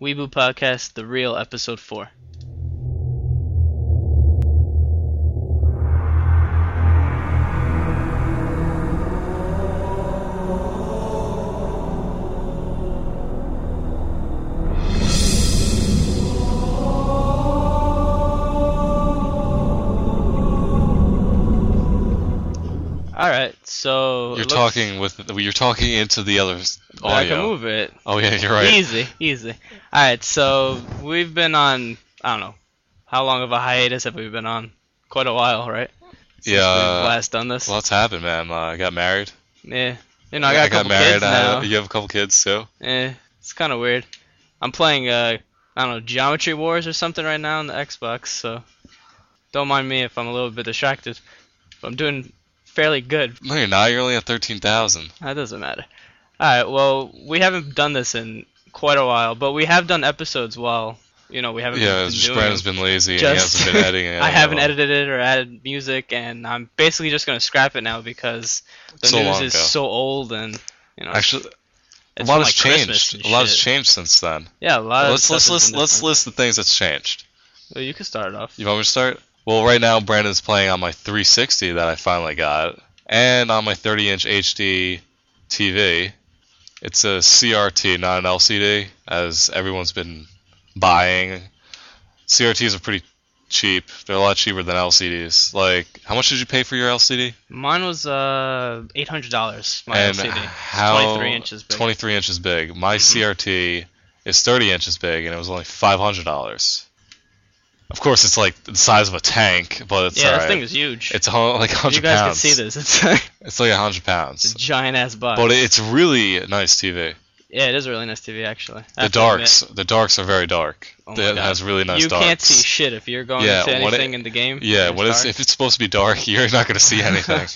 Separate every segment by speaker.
Speaker 1: Weeboo Podcast, The Real, Episode 4. Alright, so.
Speaker 2: You're
Speaker 1: it looks-
Speaker 2: talking with you're talking into the other s-
Speaker 1: But I can
Speaker 2: audio.
Speaker 1: move it.
Speaker 2: Oh yeah, you're right.
Speaker 1: Easy, easy. All right, so we've been on. I don't know. How long of a hiatus have we been on? Quite a while, right?
Speaker 2: yeah,
Speaker 1: We've
Speaker 2: uh,
Speaker 1: last done this.
Speaker 2: lots happened, man. Uh, I got married.
Speaker 1: yeah. You know, I got a couple
Speaker 2: married.
Speaker 1: kids
Speaker 2: I had-
Speaker 1: now.
Speaker 2: you have a couple kids too.
Speaker 1: Eh, it's kind of weird. I'm playing uh, I don't know, Geometry Wars or something right now on the Xbox, so don't mind me if I'm a little bit distracted. But I'm doing fairly good.
Speaker 2: No, you're not. You're only at thirteen thousand.
Speaker 1: That doesn't matter. All right. Well, we haven't done this in quite a while, but we have done episodes while you know we haven't.
Speaker 2: Yeah,
Speaker 1: been
Speaker 2: it's just
Speaker 1: doing
Speaker 2: Brandon's
Speaker 1: them.
Speaker 2: been lazy and he
Speaker 1: Just-
Speaker 2: hasn't been editing. it
Speaker 1: I
Speaker 2: at
Speaker 1: haven't
Speaker 2: all.
Speaker 1: edited it or added music, and I'm basically just gonna scrap it now because the
Speaker 2: So
Speaker 1: news
Speaker 2: long
Speaker 1: is
Speaker 2: ago.
Speaker 1: so old and you know.
Speaker 2: Actually, a
Speaker 1: it's
Speaker 2: lot
Speaker 1: from,
Speaker 2: has
Speaker 1: like, Christmas
Speaker 2: changed.
Speaker 1: and
Speaker 2: A lot has
Speaker 1: shit.
Speaker 2: changed since then.
Speaker 1: Yeah, a lot.
Speaker 2: let's
Speaker 1: of stuff
Speaker 2: let's
Speaker 1: has
Speaker 2: list
Speaker 1: been
Speaker 2: let's
Speaker 1: different.
Speaker 2: list the things that's changed.
Speaker 1: Well, Oh, you can start it off.
Speaker 2: You want me to start? Well, right now Brandon's playing on my 360 that I finally got, and on my 30-inch HD TV. It's a CRT, not an LCD, as everyone's been buying. CRTs are pretty cheap. They're a lot cheaper than LCDs. Like, how much did you pay for your LCD?
Speaker 1: Mine was uh eight hundred dollars. My
Speaker 2: and uh,
Speaker 1: LCD.
Speaker 2: how?
Speaker 1: 23 inches big. Mm-hmm.
Speaker 2: 23 inches big. My CRT is 30 inches big, and it was only $500. Of course, it's like the size of a tank, but it's
Speaker 1: yeah,
Speaker 2: alright.
Speaker 1: this thing is huge.
Speaker 2: It's a hun- like 100
Speaker 1: you guys can
Speaker 2: pounds.
Speaker 1: see this. It's a,
Speaker 2: It's like 100
Speaker 1: it's
Speaker 2: pounds.
Speaker 1: a giant ass box.
Speaker 2: But it's really a nice TV.
Speaker 1: yeah, it is a really nice TV actually. I
Speaker 2: The
Speaker 1: have to admit.
Speaker 2: darks, the darks are very dark.
Speaker 1: Oh my
Speaker 2: it
Speaker 1: God.
Speaker 2: has really nice
Speaker 1: you
Speaker 2: darks.
Speaker 1: can't see shit if you're going
Speaker 2: Yeah,
Speaker 1: into
Speaker 2: when it-
Speaker 1: anything in the game.
Speaker 2: yeah,
Speaker 1: It's
Speaker 2: when it's,
Speaker 1: dark.
Speaker 2: if it's supposed to be dark, you're not gonna see anything.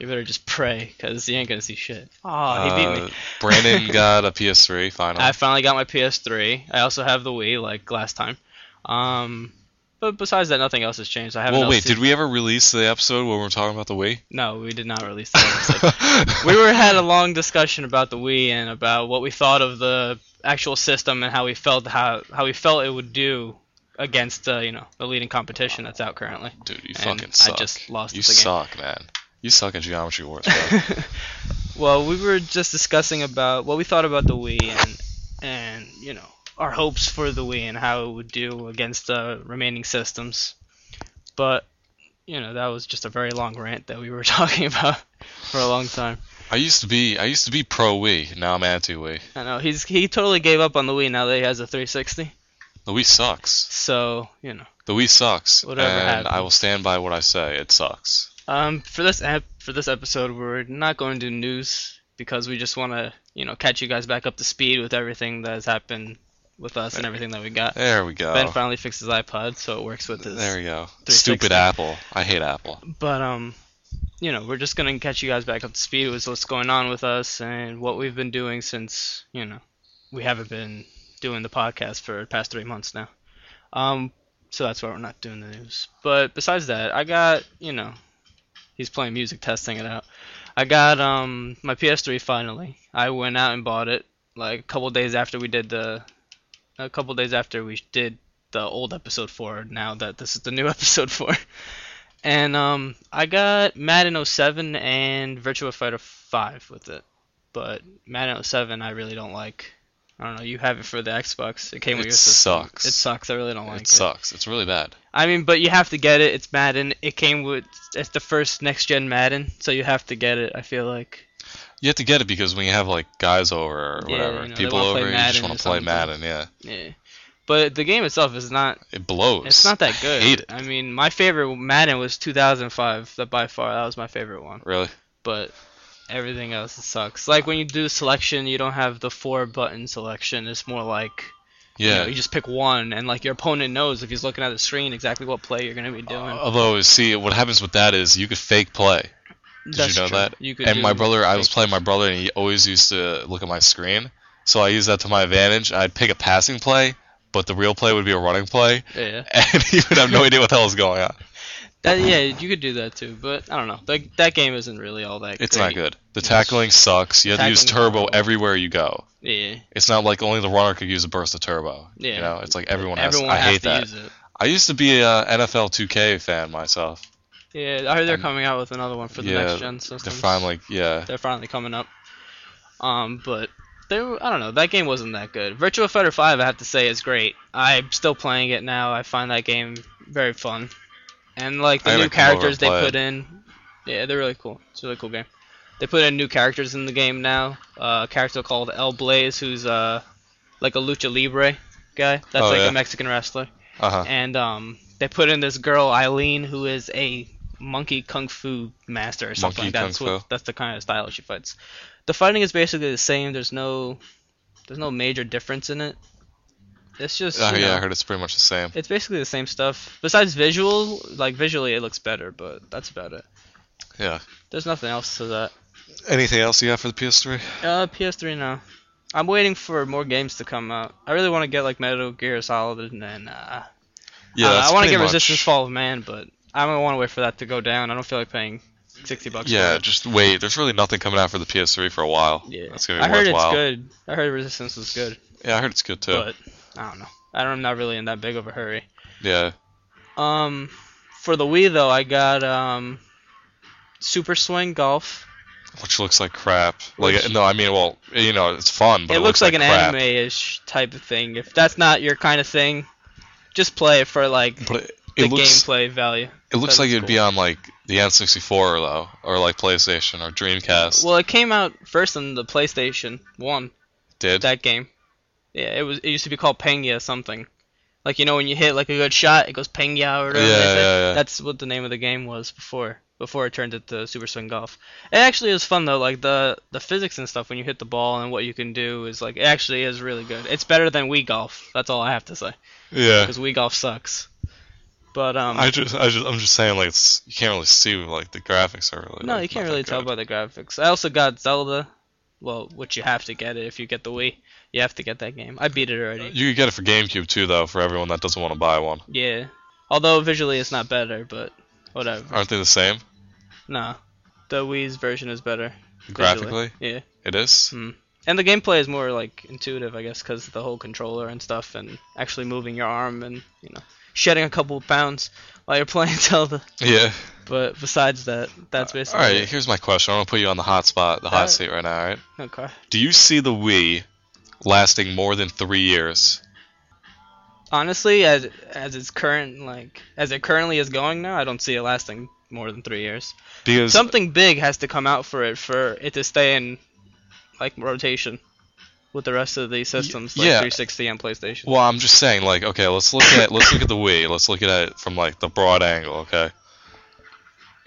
Speaker 1: You better just pray, cause you ain't gonna see shit. Oh, he beat me.
Speaker 2: Uh, Brandon got a PS3 finally.
Speaker 1: I finally got my PS3. I also have the Wii, like last time. Um, but besides that, nothing else has changed. I haven't.
Speaker 2: well, wait, did we ever release the episode where we were talking about the Wii?
Speaker 1: No, we did not release that episode. we were had a long discussion about the Wii and about what we thought of the actual system and how we felt how how we felt it would do against uh, you know the leading competition that's out currently.
Speaker 2: Dude, you
Speaker 1: and
Speaker 2: fucking
Speaker 1: I
Speaker 2: suck.
Speaker 1: just lost
Speaker 2: You
Speaker 1: us again.
Speaker 2: suck, man. You suck at Geometry Wars, bro.
Speaker 1: well, we were just discussing about what we thought about the Wii and and you know our hopes for the Wii and how it would do against the remaining systems. But you know that was just a very long rant that we were talking about for a long time.
Speaker 2: I used to be, I used to be pro Wii. Now I'm anti Wii.
Speaker 1: I know he's he totally gave up on the Wii now that he has a 360.
Speaker 2: The Wii sucks.
Speaker 1: So you know.
Speaker 2: The Wii sucks,
Speaker 1: Whatever
Speaker 2: and I
Speaker 1: happened.
Speaker 2: will stand by what I say. It sucks.
Speaker 1: Um, for this ep- for this episode, we're not going to do news because we just want to, you know, catch you guys back up to speed with everything that has happened with us and everything that we got.
Speaker 2: There we go.
Speaker 1: Ben finally fixed his iPod, so it works with this.
Speaker 2: Oh. There we go. Stupid
Speaker 1: 360.
Speaker 2: Apple. I hate Apple.
Speaker 1: But um, you know, we're just gonna catch you guys back up to speed with what's going on with us and what we've been doing since you know we haven't been doing the podcast for the past three months now. Um, so that's why we're not doing the news. But besides that, I got you know, he's playing music, testing it out. I got um my PS3 finally. I went out and bought it like a couple days after we did the, a couple days after we did the old episode four. Now that this is the new episode four. And um, I got Madden 07 and Virtua Fighter 5 with it, but Madden 07 I really don't like. I don't know. You have it for the Xbox. It came with
Speaker 2: It
Speaker 1: your system.
Speaker 2: sucks.
Speaker 1: It sucks. I really don't like it.
Speaker 2: it sucks. It's really bad.
Speaker 1: I mean, but you have to get it. It's Madden. It came with it's the first next gen Madden, so you have to get it. I feel like.
Speaker 2: You have to get it because when you have like guys over or
Speaker 1: Yeah,
Speaker 2: whatever,
Speaker 1: you know, they
Speaker 2: people
Speaker 1: wanna
Speaker 2: over,
Speaker 1: play
Speaker 2: you just
Speaker 1: Madden
Speaker 2: want
Speaker 1: or
Speaker 2: to play
Speaker 1: something.
Speaker 2: Madden. Yeah,
Speaker 1: Yeah. But the game itself is not.
Speaker 2: it blows.
Speaker 1: It's not that
Speaker 2: I
Speaker 1: good.
Speaker 2: hate it.
Speaker 1: I mean, my favorite Madden was 2005. That by far that was my favorite one.
Speaker 2: Really?
Speaker 1: but everything else sucks. Like when you do selection, you don't have the four button selection. It's more like you know,
Speaker 2: Yeah.
Speaker 1: you, just pick one, and like your opponent knows if he's looking at the screen exactly what play you're gonna be doing.
Speaker 2: Although, see, what happens with that is you could fake play. Did
Speaker 1: That's
Speaker 2: you know
Speaker 1: true.
Speaker 2: that?
Speaker 1: You could
Speaker 2: and
Speaker 1: do
Speaker 2: my brother, I was
Speaker 1: fake-
Speaker 2: playing my brother, and he always used to look at my screen. So I used that to my advantage. I'd pick a passing play, but the real play would be a running play,
Speaker 1: Yeah,
Speaker 2: and he would have no idea what the hell was going on.
Speaker 1: That yeah, you could do that too, but I don't know. That that game isn't really all that.
Speaker 2: It's
Speaker 1: great.
Speaker 2: not good. The tackling sucks. You have to use
Speaker 1: Tackling-
Speaker 2: turbo everywhere you go.
Speaker 1: Yeah,
Speaker 2: It's not like only the runner could use a burst of turbo.
Speaker 1: Yeah.
Speaker 2: You know, it's like everyone has.
Speaker 1: everyone
Speaker 2: I
Speaker 1: has
Speaker 2: hate
Speaker 1: to
Speaker 2: that.
Speaker 1: use it.
Speaker 2: I used to be a uh, NFL 2K fan myself.
Speaker 1: Yeah, I heard they're
Speaker 2: And-
Speaker 1: coming out with another one for the
Speaker 2: Yeah,
Speaker 1: next gen
Speaker 2: They're
Speaker 1: systems.
Speaker 2: finally, yeah.
Speaker 1: They're finally coming up. Um, but they were, I don't know. That game wasn't that good. Virtua Fighter 5, I have to say, is great. I'm still playing it now. I find that game very fun, and like
Speaker 2: I
Speaker 1: the
Speaker 2: gotta
Speaker 1: new
Speaker 2: come over and
Speaker 1: characters they
Speaker 2: play
Speaker 1: put
Speaker 2: it.
Speaker 1: in. Yeah, they're really cool. It's a really cool game. They put in new characters in the game now. Uh, a character called El Blaze, who's uh, like a lucha libre guy. That's
Speaker 2: Oh,
Speaker 1: like
Speaker 2: yeah.
Speaker 1: a Mexican wrestler
Speaker 2: Uh huh.
Speaker 1: and um, they put in this girl Eileen, who is a monkey kung fu master or something.
Speaker 2: Monkey
Speaker 1: like that. That's
Speaker 2: kung
Speaker 1: what
Speaker 2: fu.
Speaker 1: that's the kind of style she fights. The fighting is basically the same. There's no there's no major difference in it. It's just
Speaker 2: Oh,
Speaker 1: you know,
Speaker 2: yeah, I heard it's pretty much the same.
Speaker 1: it's basically the same stuff. Besides visual, like visually it looks better, but that's about it.
Speaker 2: Yeah.
Speaker 1: There's nothing else to that.
Speaker 2: Anything else you got for the PS3?
Speaker 1: Uh, PS3 now. I'm waiting for more games to come out. I really want to get like Metal Gear Solid and then uh,
Speaker 2: Yeah,
Speaker 1: I don't know,
Speaker 2: that's
Speaker 1: I want to
Speaker 2: pretty
Speaker 1: get
Speaker 2: much-
Speaker 1: Resistance Fall of Man, but I don't want to wait for that to go down. I don't feel like paying sixty bucks.
Speaker 2: Yeah,
Speaker 1: for it.
Speaker 2: just wait. There's really nothing coming out for the PS3 for a while.
Speaker 1: yeah.
Speaker 2: That's gonna be
Speaker 1: I heard
Speaker 2: worthwhile.
Speaker 1: it's good. I heard Resistance was good,
Speaker 2: Yeah, I heard it's good too.
Speaker 1: but I don't know. I don't, I'm not really in that big of a hurry.
Speaker 2: yeah.
Speaker 1: Um, for the Wii though, I got um, Super Swing Golf.
Speaker 2: Which looks like crap. Like
Speaker 1: Which-
Speaker 2: no, I mean, well, you know, it's fun, but
Speaker 1: it,
Speaker 2: it,
Speaker 1: looks, like, an
Speaker 2: crap.
Speaker 1: anime-ish type of thing. If that's not your kind of thing, just play it for like
Speaker 2: But it,
Speaker 1: the
Speaker 2: it looks
Speaker 1: gameplay value.
Speaker 2: it looks
Speaker 1: that's
Speaker 2: like it'd be
Speaker 1: cool.
Speaker 2: on like the N64 though, or like PlayStation or Dreamcast.
Speaker 1: Well, it came out first on the PlayStation One.
Speaker 2: Did
Speaker 1: that game. Yeah, it was. It used to be called Penya something. Like you know when you hit like a good shot, it goes Penya or whatever.
Speaker 2: Yeah,
Speaker 1: they say.
Speaker 2: yeah, yeah.
Speaker 1: That's what the name of the game was before. Before it turned into Super Swing Golf. It actually is fun though. Like the the physics and stuff when you hit the ball and what you can do is like it actually is really good. It's better than Wii Golf. That's all I have to say.
Speaker 2: yeah.
Speaker 1: Because Wii Golf sucks. But um.
Speaker 2: I just, I just, I'm just saying, like, it's, you can't really see, like, the graphics are really.
Speaker 1: no,
Speaker 2: like,
Speaker 1: you can't
Speaker 2: not
Speaker 1: really
Speaker 2: that
Speaker 1: tell
Speaker 2: good.
Speaker 1: by the graphics. I also got Zelda. Well, which you have to get it if you get the Wii. You have to get that game. I beat it already.
Speaker 2: You could get it for GameCube too, though, for everyone that doesn't want to buy one.
Speaker 1: Yeah. Although visually it's not better, but whatever.
Speaker 2: Aren't they the same
Speaker 1: Nah. The Wii's version is better.
Speaker 2: graphically?
Speaker 1: visually. Yeah.
Speaker 2: It is.
Speaker 1: Hmm. And the gameplay is more like intuitive, I guess, because the whole controller and stuff, and actually moving your arm and you know shedding a couple of pounds while you're playing Zelda.
Speaker 2: Yeah.
Speaker 1: But besides that, that's
Speaker 2: All
Speaker 1: basically.
Speaker 2: right.
Speaker 1: it.
Speaker 2: Here's my question. I'm gonna put you on the hot spot, the hot
Speaker 1: Alright.
Speaker 2: seat right now. All right.
Speaker 1: Okay.
Speaker 2: Do you see the Wii lasting more than three years?
Speaker 1: Honestly, as as it's current like as it currently is going now, I don't see it lasting more than three years.
Speaker 2: Because
Speaker 1: something big has to come out for it for it to stay in like rotation with the rest of the systems like
Speaker 2: yeah.
Speaker 1: 360 and PlayStation.
Speaker 2: well, I'm just saying, like, okay, let's look at let's look at the Wii. Let's look at it from like the broad angle. Okay.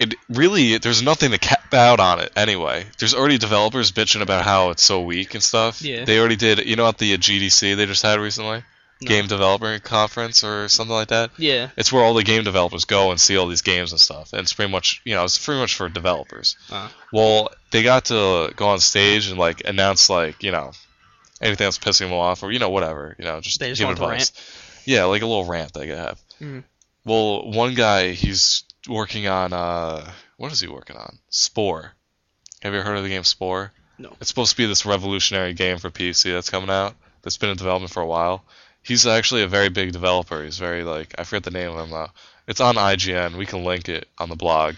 Speaker 2: It really there's nothing to cap out on it anyway. There's already developers bitching about how it's so weak and stuff.
Speaker 1: Yeah.
Speaker 2: They already did. You know, at the GDC they just had recently,
Speaker 1: No.
Speaker 2: Game Developer Conference or something like that.
Speaker 1: Yeah.
Speaker 2: It's where all the game developers go and see all these games and stuff. And it's pretty much, you know, it's pretty much for developers.
Speaker 1: Uh,
Speaker 2: Well, they got to go on stage and like announce like, you know, anything that's pissing them off or you know whatever, you know, just
Speaker 1: They just
Speaker 2: give
Speaker 1: want to
Speaker 2: advice. Yeah, like a little rant they could have.
Speaker 1: Mhm.
Speaker 2: Well, one guy he's working on uh what is he working on? Spore. Have you heard of the game Spore?
Speaker 1: No.
Speaker 2: It's supposed to be this revolutionary game for PC that's coming out. That's been in development for a while. He's actually a very big developer. He's very like I forget the name of him though. It's on IGN. We can link it on the blog.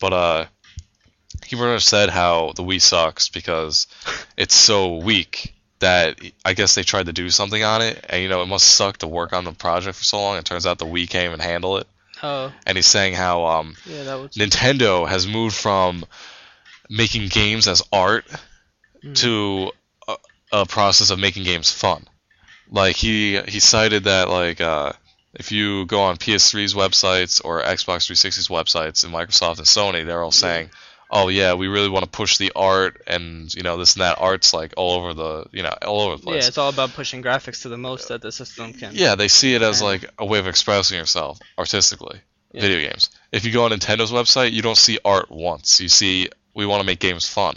Speaker 2: But uh he pretty much said how the Wii sucks because it's so weak that I guess they tried to do something on it, and you know it must suck to work on the project for so long. It turns out the Wii came and handled it,
Speaker 1: oh,
Speaker 2: and he's saying how um,
Speaker 1: yeah, that was
Speaker 2: Nintendo has moved from making games as art to a, a process of making games fun. Like he he cited that like uh, if you go on PS3's websites or Xbox 360's websites and Microsoft and Sony, they're all saying, "Oh yeah, we really want to push the art and you know this and that." Art's like all over the you know all over the
Speaker 1: Yeah,
Speaker 2: place.
Speaker 1: it's all about pushing graphics to the most that the system can.
Speaker 2: Yeah, they see it as
Speaker 1: Yeah.
Speaker 2: like a way of expressing yourself artistically.
Speaker 1: Yeah.
Speaker 2: Video games. If you go on Nintendo's website, you don't see art once. You see we want to make games fun.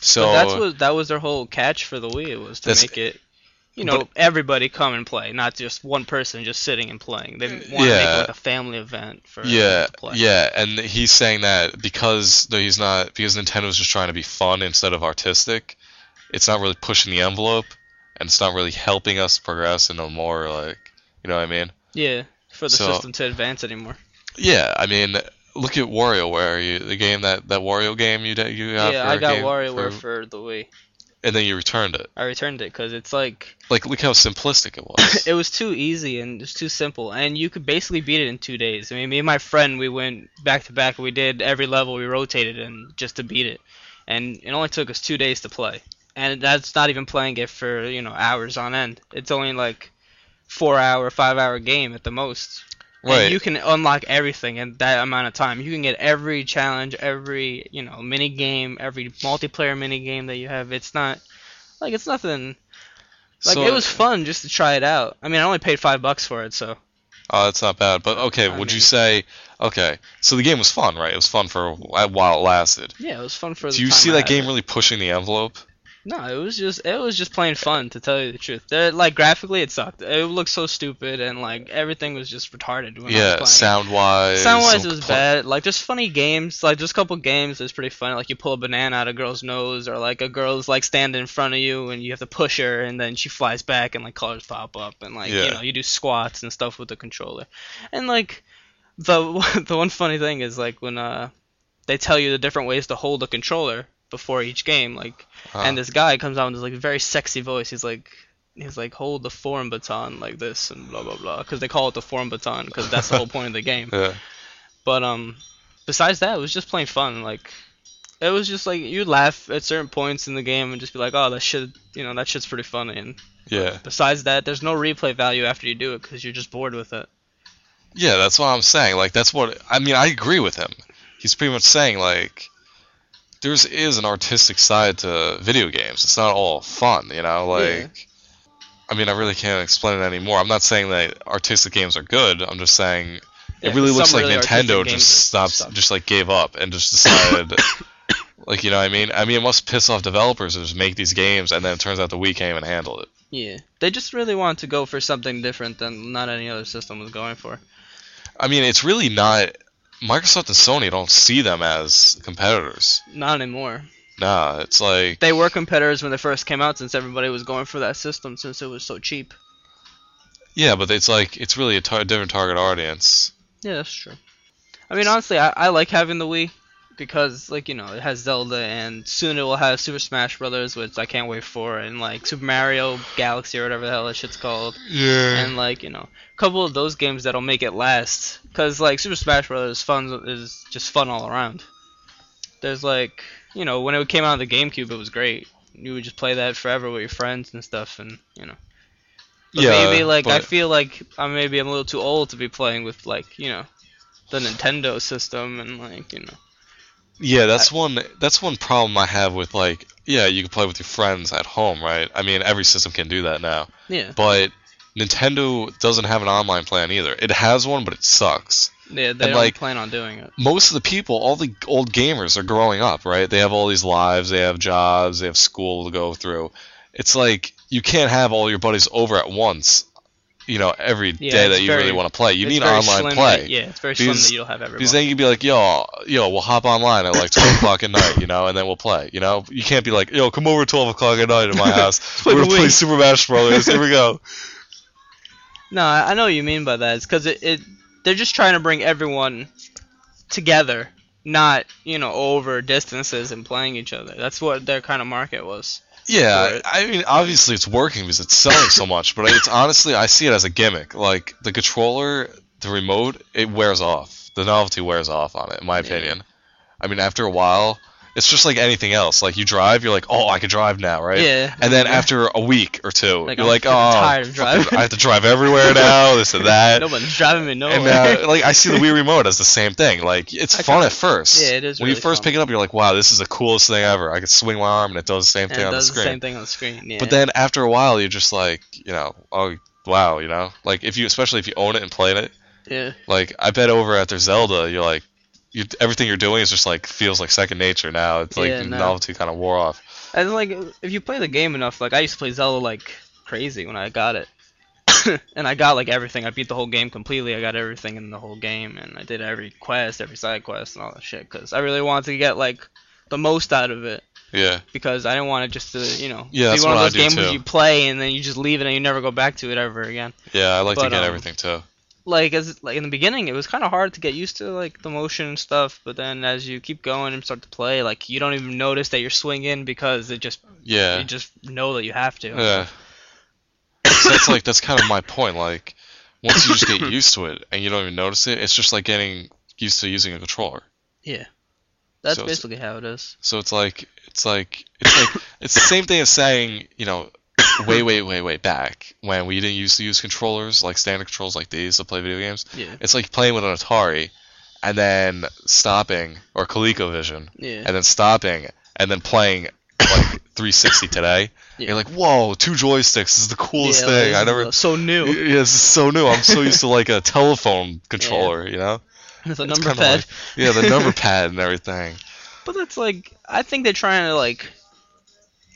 Speaker 2: So
Speaker 1: But that's what that was their whole catch for the Wii was to
Speaker 2: That's-
Speaker 1: make it you know
Speaker 2: But-
Speaker 1: everybody come and play, not just one person just sitting and playing. They want to
Speaker 2: Yeah.
Speaker 1: make like a family event for
Speaker 2: yeah,
Speaker 1: people to play.
Speaker 2: yeah, and he's saying that because no, he's not because Nintendo's just trying to be fun instead of artistic. It's not really pushing the envelope, and it's not really helping us progress in a more like you know what I mean.
Speaker 1: Yeah, for the
Speaker 2: So-
Speaker 1: system to advance anymore.
Speaker 2: Yeah, I mean, look at WarioWare, you, the game that that Wario game you da- you got.
Speaker 1: yeah,
Speaker 2: for
Speaker 1: I
Speaker 2: a
Speaker 1: got
Speaker 2: game
Speaker 1: WarioWare
Speaker 2: for-
Speaker 1: for the Wii.
Speaker 2: and then you returned it.
Speaker 1: I returned it because it's like
Speaker 2: Like, look how simplistic it was.
Speaker 1: it was too easy and it was too simple, and you could basically beat it in two days. I mean, me and my friend we went back to back. We did every level. We rotated and just to beat it, and it only took us two days to play. And that's not even playing it for you know hours on end. It's only like four hour, five hour game at the most. And
Speaker 2: right.
Speaker 1: you can unlock everything in that amount of time. You can get every challenge, every you know mini game, every multiplayer mini game that you have. It's not like it's nothing. Like
Speaker 2: So-
Speaker 1: it was fun just to try it out. I mean, I only paid five bucks for it, so
Speaker 2: Oh, that's not bad. But okay,
Speaker 1: I
Speaker 2: would you
Speaker 1: mean-
Speaker 2: say okay? So the game was fun, right? It was fun for a while it lasted.
Speaker 1: yeah, it was fun for. the
Speaker 2: Do you
Speaker 1: time
Speaker 2: see
Speaker 1: I
Speaker 2: that
Speaker 1: had
Speaker 2: game
Speaker 1: it.
Speaker 2: really pushing the envelope?
Speaker 1: No, it was just it was just plain fun to tell you the truth. they like graphically, it sucked. It looked so stupid, and like everything was just retarded. When I was
Speaker 2: yeah,
Speaker 1: playing
Speaker 2: sound wise.
Speaker 1: Sound wise, it was bad. Like, there's funny games. Like, there's a couple games that's pretty funny. Like, you pull a banana out of a girl's nose, or like a girl's like standing in front of you, and you have to push her, and then she flies back, and like colors pop up, and like
Speaker 2: Yeah.
Speaker 1: you know you do squats and stuff with the controller, and like the the one funny thing is like when uh they tell you the different ways to hold a controller before each game, like and this guy comes out with this like very sexy voice. He's like, he's like, hold the form baton like this and blah blah blah, because they call it the form baton because that's the whole point of the game.
Speaker 2: Yeah.
Speaker 1: But um, besides that, it was just plain fun. Like, it was just like you laugh at certain points in the game and just be like, oh, that shit, you know, that shit's pretty funny. And
Speaker 2: Yeah.
Speaker 1: besides that, there's no replay value after you do it because you're just bored with it.
Speaker 2: Yeah, that's what I'm saying. Like that's what I mean, I agree with him. He's pretty much saying like there's is an artistic side to video games. It's not all fun, you know, like I mean, I really can't explain it anymore. I'm not saying that artistic games are good. I'm just saying
Speaker 1: Yeah,
Speaker 2: it really
Speaker 1: 'cause
Speaker 2: looks
Speaker 1: some
Speaker 2: like
Speaker 1: really artistic
Speaker 2: Nintendo
Speaker 1: games
Speaker 2: just
Speaker 1: are-
Speaker 2: stopped,
Speaker 1: suck.
Speaker 2: just like gave up and just decided, like you know, what I mean, I mean, it must piss off developers to just make these games and then it turns out the Wii came and handled it.
Speaker 1: Yeah, they just really wanted to go for something different than not any other system was going for.
Speaker 2: I mean, it's really not. Microsoft and Sony don't see them as competitors.
Speaker 1: Not anymore.
Speaker 2: Nah, it's like
Speaker 1: they were competitors when they first came out since everybody was going for that system since it was so cheap.
Speaker 2: yeah, but it's like it's really a tar- different target audience.
Speaker 1: Yeah, that's true. I mean, honestly, I, I like having the Wii because, like, you know, it has Zelda, and soon it will have Super Smash Brothers, which I can't wait for, and like Super Mario Galaxy or whatever the hell that shit's called,
Speaker 2: Yeah.
Speaker 1: and like, you know, a couple of those games that'll make it last. Cause like Super Smash Brothers fun is just fun all around. There's like, you know, when it came out of the GameCube, it was great. You would just play that forever with your friends and stuff, and you know. But maybe like I
Speaker 2: but-
Speaker 1: feel like I maybe I'm a little too old to be playing with like you know the Nintendo system and like you know
Speaker 2: Yeah, that's one. That's one problem I have with like, yeah, you can play with your friends at home, right? I mean, every system can do that now,
Speaker 1: yeah
Speaker 2: but Nintendo doesn't have an online plan either. It has one, but it sucks.
Speaker 1: yeah they don't
Speaker 2: like-
Speaker 1: plan on doing it
Speaker 2: Most of the people, all the old gamers, are growing up, right? They have all these lives, they have jobs, they have school to go through. It's like you can't have all your buddies over at once, you know, every day
Speaker 1: Yeah,
Speaker 2: that
Speaker 1: it's
Speaker 2: you
Speaker 1: very-
Speaker 2: really want to play. You
Speaker 1: It's
Speaker 2: need
Speaker 1: very
Speaker 2: online
Speaker 1: slim
Speaker 2: play.
Speaker 1: that- yeah it's very
Speaker 2: Because-
Speaker 1: slim that you don't have everyone
Speaker 2: Because then you'd be like, yo, yo, we'll hop online at like 12 o'clock at night, you know, and then we'll play, you know? You can't be like, yo, come over at 12 o'clock at night at my house. We're
Speaker 1: the
Speaker 2: going to play
Speaker 1: Wii."
Speaker 2: Super Smash Brothers. Here we go.
Speaker 1: no I, I know what you mean by that it's because it, it they're just trying to bring everyone together not you know over distances and playing each other that's what their kind of market was
Speaker 2: Yeah,
Speaker 1: Right.
Speaker 2: I mean, obviously it's working because it's selling so much, but it's honestly, I see it as a gimmick. Like, the controller, the remote, it wears off. The novelty wears off on it, in my
Speaker 1: Yeah.
Speaker 2: opinion. I mean, after a while, it's just like anything else. Like, you drive, you're like, oh, I could drive now, right?
Speaker 1: yeah
Speaker 2: And then after a week or two,
Speaker 1: Like,
Speaker 2: you're
Speaker 1: I'm
Speaker 2: like, oh,
Speaker 1: fucking tired of driving."
Speaker 2: I have to drive everywhere now, this and that.
Speaker 1: nobody's driving me nowhere
Speaker 2: and uh, like I see the Wii remote as the same thing. Like it's
Speaker 1: I
Speaker 2: fun
Speaker 1: kinda-
Speaker 2: at first.
Speaker 1: yeah, it is
Speaker 2: When you
Speaker 1: really
Speaker 2: first
Speaker 1: fun.
Speaker 2: pick it up, you're like, wow, this is the coolest thing ever. I can swing my arm and it does the same
Speaker 1: and
Speaker 2: thing
Speaker 1: it
Speaker 2: on
Speaker 1: does
Speaker 2: the screen.
Speaker 1: the same thing on the screen yeah
Speaker 2: But then after a while, you're just like, you know, oh wow, you know, like if you especially if you own it and play it,
Speaker 1: yeah
Speaker 2: like I bet over at their Zelda, you're like, you, everything you're doing is just like feels like second nature now. It's like
Speaker 1: Yeah,
Speaker 2: the
Speaker 1: no.
Speaker 2: novelty kind of wore off.
Speaker 1: And like, if you play the game enough, like I used to play Zelda like crazy when I got it. and I got like everything. I beat the whole game completely. I got everything in the whole game, and I did every quest, every side quest, and all that shit. Cause I really wanted to get like the most out of it.
Speaker 2: Yeah.
Speaker 1: Because I didn't want it just to, you know,
Speaker 2: Yeah,
Speaker 1: be
Speaker 2: that's
Speaker 1: one of
Speaker 2: what I
Speaker 1: those
Speaker 2: do,
Speaker 1: games
Speaker 2: too.
Speaker 1: that you play and then you just leave it and you never go back to it ever again.
Speaker 2: Yeah, I like to
Speaker 1: But,
Speaker 2: get
Speaker 1: um,
Speaker 2: everything too.
Speaker 1: like as like in the beginning it was kind of hard to get used to like the motion and stuff but then as you keep going and start to play like you don't even notice that you're swinging because it just
Speaker 2: Yeah.
Speaker 1: you just know that you have to
Speaker 2: Yeah. so that's like that's kind of my point. Like once you just get used to it and you don't even notice it, it's just like getting used to using a controller.
Speaker 1: Yeah. that's
Speaker 2: So it's-
Speaker 1: basically how it is
Speaker 2: So it's like it's like it's like it's the same thing as saying, you know, way, way, way, way back when we didn't used to use controllers, like standard controls like these to play video games.
Speaker 1: yeah
Speaker 2: It's like playing with an Atari and then stopping or ColecoVision
Speaker 1: yeah
Speaker 2: and then stopping and then playing like 360 today.
Speaker 1: Yeah.
Speaker 2: You're like, whoa, two joysticks this is the coolest
Speaker 1: Yeah,
Speaker 2: thing.
Speaker 1: like,
Speaker 2: I never.
Speaker 1: so new
Speaker 2: Yeah, this is so new. I'm so used to like a telephone controller, you know.
Speaker 1: the
Speaker 2: It's
Speaker 1: number
Speaker 2: kinda
Speaker 1: pad
Speaker 2: like- yeah, the number pad and everything.
Speaker 1: but that's like i think they're trying to like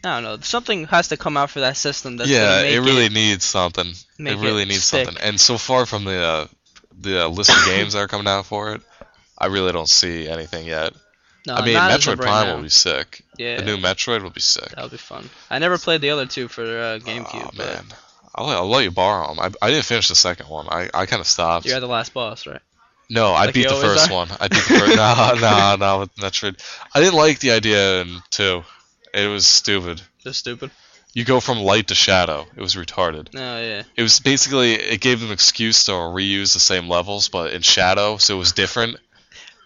Speaker 1: I don't know. Something has to come out for that system. That's
Speaker 2: yeah,
Speaker 1: gonna make
Speaker 2: it really needs something.
Speaker 1: make
Speaker 2: it really
Speaker 1: it
Speaker 2: needs
Speaker 1: stick.
Speaker 2: something. And so far from the uh, the uh, list of games that are coming out for it, I really don't see anything yet.
Speaker 1: No,
Speaker 2: I mean,
Speaker 1: not as
Speaker 2: Metroid
Speaker 1: of right
Speaker 2: Prime
Speaker 1: now.
Speaker 2: will be sick.
Speaker 1: yeah,
Speaker 2: The new Metroid will be sick.
Speaker 1: that'll be fun. I never played the other two for uh, GameCube.
Speaker 2: Oh
Speaker 1: but
Speaker 2: man, I'll, let- I'll let you borrow them. I, I didn't finish the second one. I, I kind of stopped.
Speaker 1: You're at the last boss, right?
Speaker 2: No, I
Speaker 1: Like
Speaker 2: beat
Speaker 1: you
Speaker 2: the
Speaker 1: always
Speaker 2: first
Speaker 1: are?
Speaker 2: one. I beat the first. no, no, no, with Metroid. I didn't like the idea in two. It was stupid.
Speaker 1: Just stupid.
Speaker 2: You go from light to shadow. It was retarded.
Speaker 1: No, yeah.
Speaker 2: It was basically it gave them excuse to reuse the same levels, but in shadow, so it was different.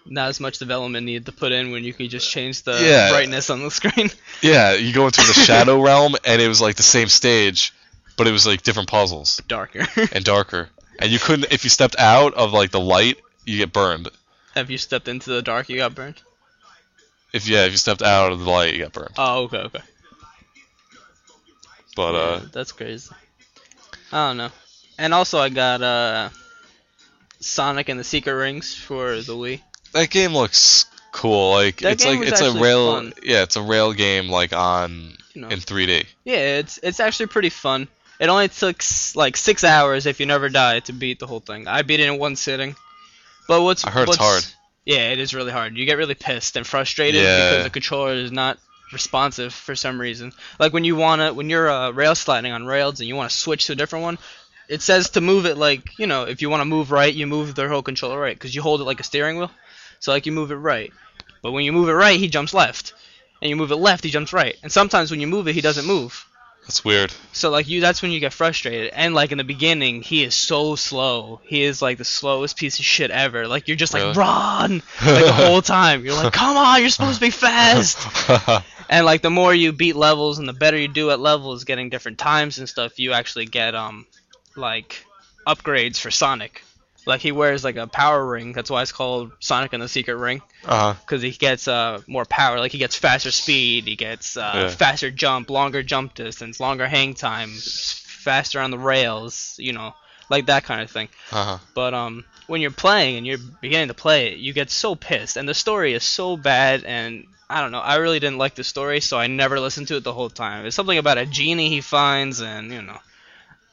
Speaker 1: Not as much development needed to put in when you could just change the
Speaker 2: Yeah.
Speaker 1: brightness on the screen.
Speaker 2: Yeah, you go into the shadow realm, and it was like the same stage, but it was like different puzzles
Speaker 1: Darker.
Speaker 2: and darker. And you couldn't if you stepped out of like the light, you get burned.
Speaker 1: Have you stepped into the dark, you got burned?
Speaker 2: If yeah, if you stepped out of the light, you got burned.
Speaker 1: Oh, okay, okay.
Speaker 2: But uh,
Speaker 1: Yeah, that's crazy. I don't know. And also, I got uh, Sonic and the Secret Rings for the Wii.
Speaker 2: that game looks cool. Like
Speaker 1: That
Speaker 2: it's
Speaker 1: game
Speaker 2: like
Speaker 1: was
Speaker 2: it's a
Speaker 1: actually
Speaker 2: rail.
Speaker 1: fun.
Speaker 2: Yeah, it's a rail game like on
Speaker 1: You know.
Speaker 2: in 3D.
Speaker 1: Yeah, it's it's actually pretty fun. It only took s- like six hours if you never die to beat the whole thing. I beat it in one sitting. But what's
Speaker 2: I heard it's
Speaker 1: what's,
Speaker 2: hard.
Speaker 1: Yeah, it is really hard. You get really pissed and frustrated
Speaker 2: Yeah.
Speaker 1: because the controller is not responsive for some reason. Like when you wanna when you're uh, rail sliding on rails and you wanna switch to a different one, it says to move it like you know if you wanna move right, you move the whole controller right because you hold it like a steering wheel. So like you move it right, but when you move it right, he jumps left, and you move it left, he jumps right. And sometimes when you move it, he doesn't move.
Speaker 2: That's weird.
Speaker 1: So like you, that's when you get frustrated. And like in the beginning, he is so slow. He is like the slowest piece of shit ever. Like you're just like
Speaker 2: Really?
Speaker 1: run like the whole time. You're like, come on, you're supposed to be fast.
Speaker 2: Uh-huh.
Speaker 1: And like the more you beat levels and the better you do at levels, getting different times and stuff, you actually get um like upgrades for Sonic. Like he wears like a power ring. That's why it's called Sonic and the Secret Ring
Speaker 2: uh,
Speaker 1: because he gets uh, more power. Like he gets faster speed, he gets uh,
Speaker 2: Yeah.
Speaker 1: faster jump, longer jump distance, longer hang time, s- faster on the rails. You know, like that kind of thing.
Speaker 2: uh,
Speaker 1: But um, when you're playing and you're beginning to play it, you get so pissed, and the story is so bad. And I don't know, I really didn't like the story, so I never listened to it the whole time. It's something about a genie he finds, and you know,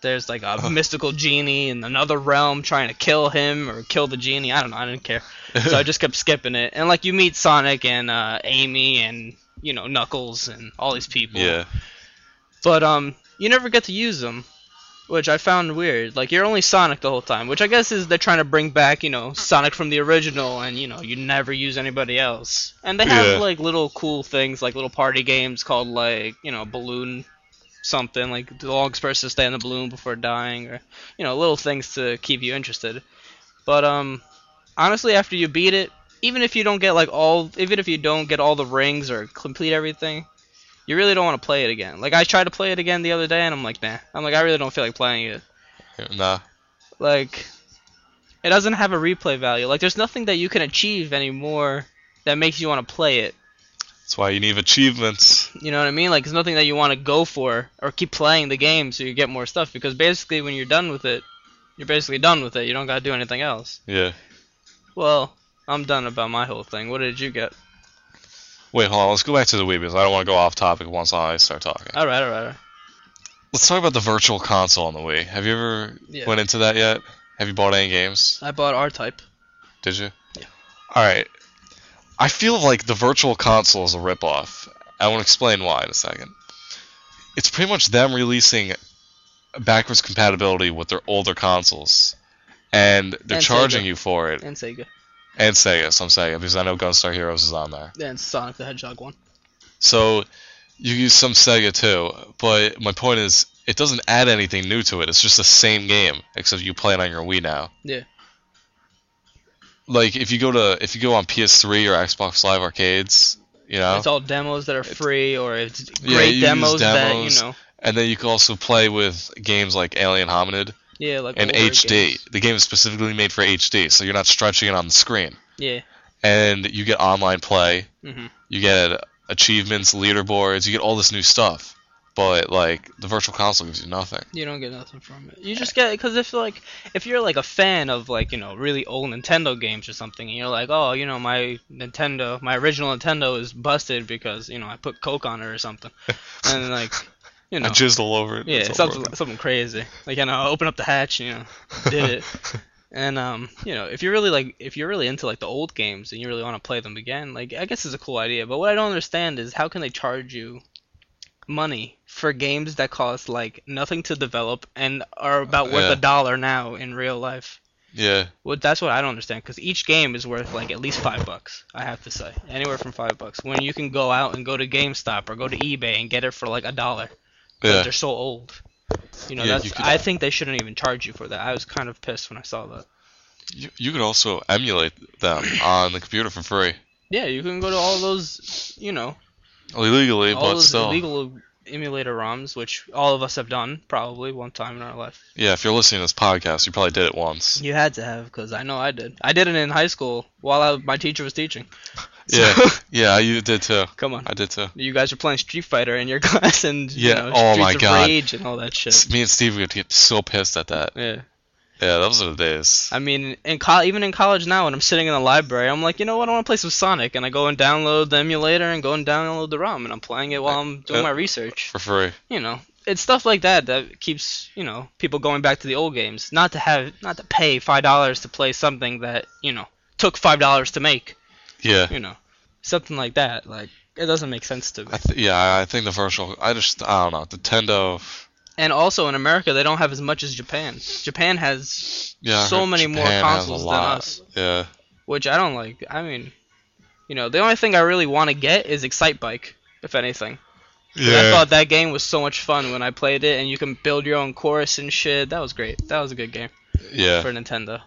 Speaker 1: there's like a mystical genie in another realm trying to kill him or kill the genie. I don't know, I didn't care, so I just kept skipping it. And like you meet Sonic and uh, Amy and you know Knuckles and all these people.
Speaker 2: yeah.
Speaker 1: But um, you never get to use them, which I found weird. Like you're only Sonic the whole time, which I guess is they're trying to bring back, you know, Sonic from the original, and you know, you never use anybody else. And they have
Speaker 2: Yeah.
Speaker 1: like little cool things, like little party games called like you know balloon something, like the longest person to stay in the balloon before dying, or you know, little things to keep you interested. But um, honestly, after you beat it, even if you don't get like all, even if you don't get all the rings or complete everything, you really don't want to play it again. Like I tried to play it again the other day, and I'm like, nah. I'm like, I really don't feel like playing it.
Speaker 2: Nah.
Speaker 1: Like, it doesn't have a replay value. Like, there's nothing that you can achieve anymore that makes you want to play it.
Speaker 2: That's why you need achievements.
Speaker 1: You know what I mean? Like, there's nothing that you want to go for or keep playing the game so you get more stuff. Because basically, when you're done with it, you're basically done with it. You don't gotta do anything else.
Speaker 2: Yeah.
Speaker 1: Well, I'm done about my whole thing. What did you get?
Speaker 2: Wait, hold on. Let's go back to the Wii because I don't want to go off topic once I start talking.
Speaker 1: Uh, All right, all right. All right.
Speaker 2: Let's talk about the virtual console on the Wii. Have you ever
Speaker 1: Yeah.
Speaker 2: went into that yet? Have you bought any games?
Speaker 1: I bought R Type.
Speaker 2: Did you?
Speaker 1: Yeah.
Speaker 2: All right. I feel like the virtual console is a ripoff. I will explain why in a second. It's pretty much them releasing backwards compatibility with their older consoles, and they're
Speaker 1: And
Speaker 2: charging
Speaker 1: Sega.
Speaker 2: you for it.
Speaker 1: and Sega
Speaker 2: And Sega, some Sega, because I know Gunstar Heroes is on there.
Speaker 1: and Sonic the Hedgehog one.
Speaker 2: So you use some Sega too, but my point is, it doesn't add anything new to it. It's just the same game, except you play it on your Wii now.
Speaker 1: Yeah.
Speaker 2: Like if you go to if you go on PS3 or Xbox Live arcades, you know,
Speaker 1: It's all demos that are free or it's
Speaker 2: Oh. Yeah,
Speaker 1: great
Speaker 2: you use
Speaker 1: demos, that
Speaker 2: demos.
Speaker 1: you know.
Speaker 2: and then you can also play with games like Alien Hominid
Speaker 1: Yeah, like
Speaker 2: and
Speaker 1: older
Speaker 2: HD.
Speaker 1: games.
Speaker 2: The game is specifically made for HD, so you're not stretching it on the screen,
Speaker 1: Yeah.
Speaker 2: and you get online play.
Speaker 1: hmm
Speaker 2: you get achievements, leaderboards, you get all this new stuff. But like the virtual console gives you nothing.
Speaker 1: You don't get nothing from it. You just get because if like if you're like a fan of like you know really old Nintendo games or something, and you're like, oh, you know my Nintendo, my original Nintendo is busted because you know I put coke on it or something, and like you know
Speaker 2: I jizzed all over it.
Speaker 1: yeah
Speaker 2: It's all
Speaker 1: something
Speaker 2: broken.
Speaker 1: something crazy. Like you know I open up the hatch, you know did it. And um, you know, if you're really like, if you're really into like the old games and you really want to play them again, like I guess it's a cool idea. But what I don't understand is how can they charge you money for games that cost like nothing to develop and are about worth
Speaker 2: Yeah.
Speaker 1: a dollar now in real life?
Speaker 2: yeah.
Speaker 1: Well, that's what I don't understand because each game is worth like at least five bucks. I have to say, anywhere from five bucks. When you can go out and go to GameStop or go to eBay and get it for like a dollar
Speaker 2: Yeah.
Speaker 1: but they're so old. You know,
Speaker 2: Yeah,
Speaker 1: that's.
Speaker 2: you could-
Speaker 1: I think they shouldn't even charge you for that. I was kind of pissed when I saw that.
Speaker 2: You, you can also emulate them on the computer for free,
Speaker 1: Yeah, you can go to all those, you know,
Speaker 2: illegally,
Speaker 1: all
Speaker 2: but
Speaker 1: those
Speaker 2: still.
Speaker 1: illegal emulator ROMs, which all of us have done probably one time in our life.
Speaker 2: Yeah, if you're listening to this podcast, you probably did it once.
Speaker 1: You had to have, because I know I did. I did it in high school while I, my teacher was teaching.
Speaker 2: Yeah, yeah, you did too.
Speaker 1: Come on.
Speaker 2: I did too.
Speaker 1: You guys were playing Street Fighter in your class and you
Speaker 2: Yeah,
Speaker 1: know,
Speaker 2: oh my
Speaker 1: Streets of
Speaker 2: God.
Speaker 1: Rage and all that shit.
Speaker 2: S- Me and Steve would get so pissed at that.
Speaker 1: Yeah.
Speaker 2: Yeah, those are the days.
Speaker 1: I mean, in co- even in college now, when I'm sitting in the library, I'm like, you know what? I want to play some Sonic, and I go and download the emulator and go and download the ROM, and I'm playing it while I'm
Speaker 2: uh,
Speaker 1: doing my research.
Speaker 2: For free.
Speaker 1: You know, it's stuff like that that keeps you know people going back to the old games, not to have, not to pay five dollars to play something that you know took five dollars to make.
Speaker 2: Yeah.
Speaker 1: You know, something like that. Like it doesn't make sense to me.
Speaker 2: I th- yeah, I- I think the virtual. I just I don't know. Nintendo.
Speaker 1: And also in America, they don't have as much as Japan. Japan has,
Speaker 2: Yeah. I
Speaker 1: So
Speaker 2: heard
Speaker 1: many more
Speaker 2: Japan has a
Speaker 1: consoles than
Speaker 2: lot.
Speaker 1: us.
Speaker 2: Yeah.
Speaker 1: which I don't like. I mean, you know, the only thing I really want to get is Excite Bike, if anything. I thought that game was so much fun when I played it, and you can build your own course and shit. That was great. That was a good game
Speaker 2: yeah.
Speaker 1: for Nintendo.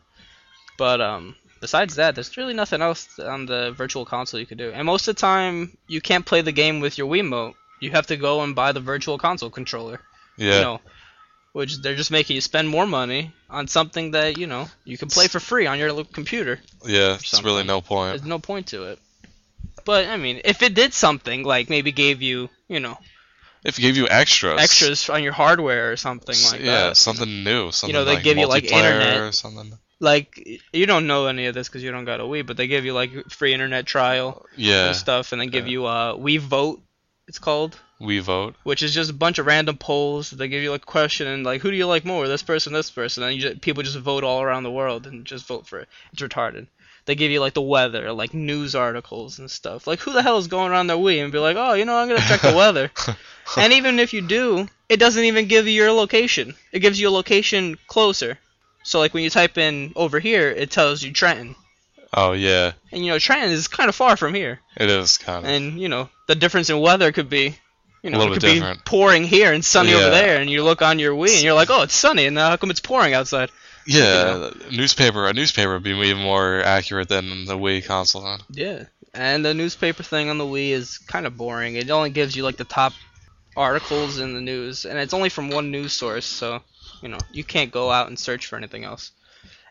Speaker 1: But um, besides that, there's really nothing else on the Virtual Console you could do. And most of the time, you can't play the game with your Wiimote. You have to go and buy the Virtual Console controller.
Speaker 2: yeah.
Speaker 1: You know, which they're just making you spend more money on something that you know you can play for free on your little computer.
Speaker 2: yeah. It's really
Speaker 1: something.
Speaker 2: no point.
Speaker 1: There's no point to it. But I mean, if it did something like maybe gave you, you know,
Speaker 2: If it gave you extras.
Speaker 1: extras on your hardware or something
Speaker 2: s-
Speaker 1: like
Speaker 2: yeah,
Speaker 1: that.
Speaker 2: something new. Something
Speaker 1: they
Speaker 2: like
Speaker 1: give you, like,
Speaker 2: multiplayer
Speaker 1: internet.
Speaker 2: or something.
Speaker 1: Like you don't know any of this because you don't got a Wii, but they give you like free internet trial
Speaker 2: Yeah.
Speaker 1: and stuff, and then give
Speaker 2: Yeah.
Speaker 1: you uh We Vote, it's called,
Speaker 2: We vote.
Speaker 1: which is just a bunch of random polls. They give you like a question and like who do you like more, this person, this person, and you just, people just vote all around the world and just vote for it. It's retarded. They give you like the weather, like news articles and stuff. Like who the hell is going around their Wii and be like, oh, you know, I'm gonna check the weather. and even if you do, it doesn't even give you your location. It gives you a location closer. So like when you type in over here, it tells you Trenton.
Speaker 2: Oh yeah,
Speaker 1: And you know Trenton is kind of far from here.
Speaker 2: it is kind of.
Speaker 1: And you know the difference in weather could be, you know,
Speaker 2: A little
Speaker 1: it could
Speaker 2: bit
Speaker 1: be
Speaker 2: different.
Speaker 1: pouring here and sunny
Speaker 2: Yeah.
Speaker 1: over there. And you look on your Wii and you're like, oh, it's sunny. And now how come it's pouring outside?
Speaker 2: yeah, newspaper. A newspaper would be even more accurate than the Wii console. Huh?
Speaker 1: Yeah. And the newspaper thing on the Wii is kind of boring. It only gives you like the top articles in the news, and it's only from one news source, so you know you can't go out and search for anything else.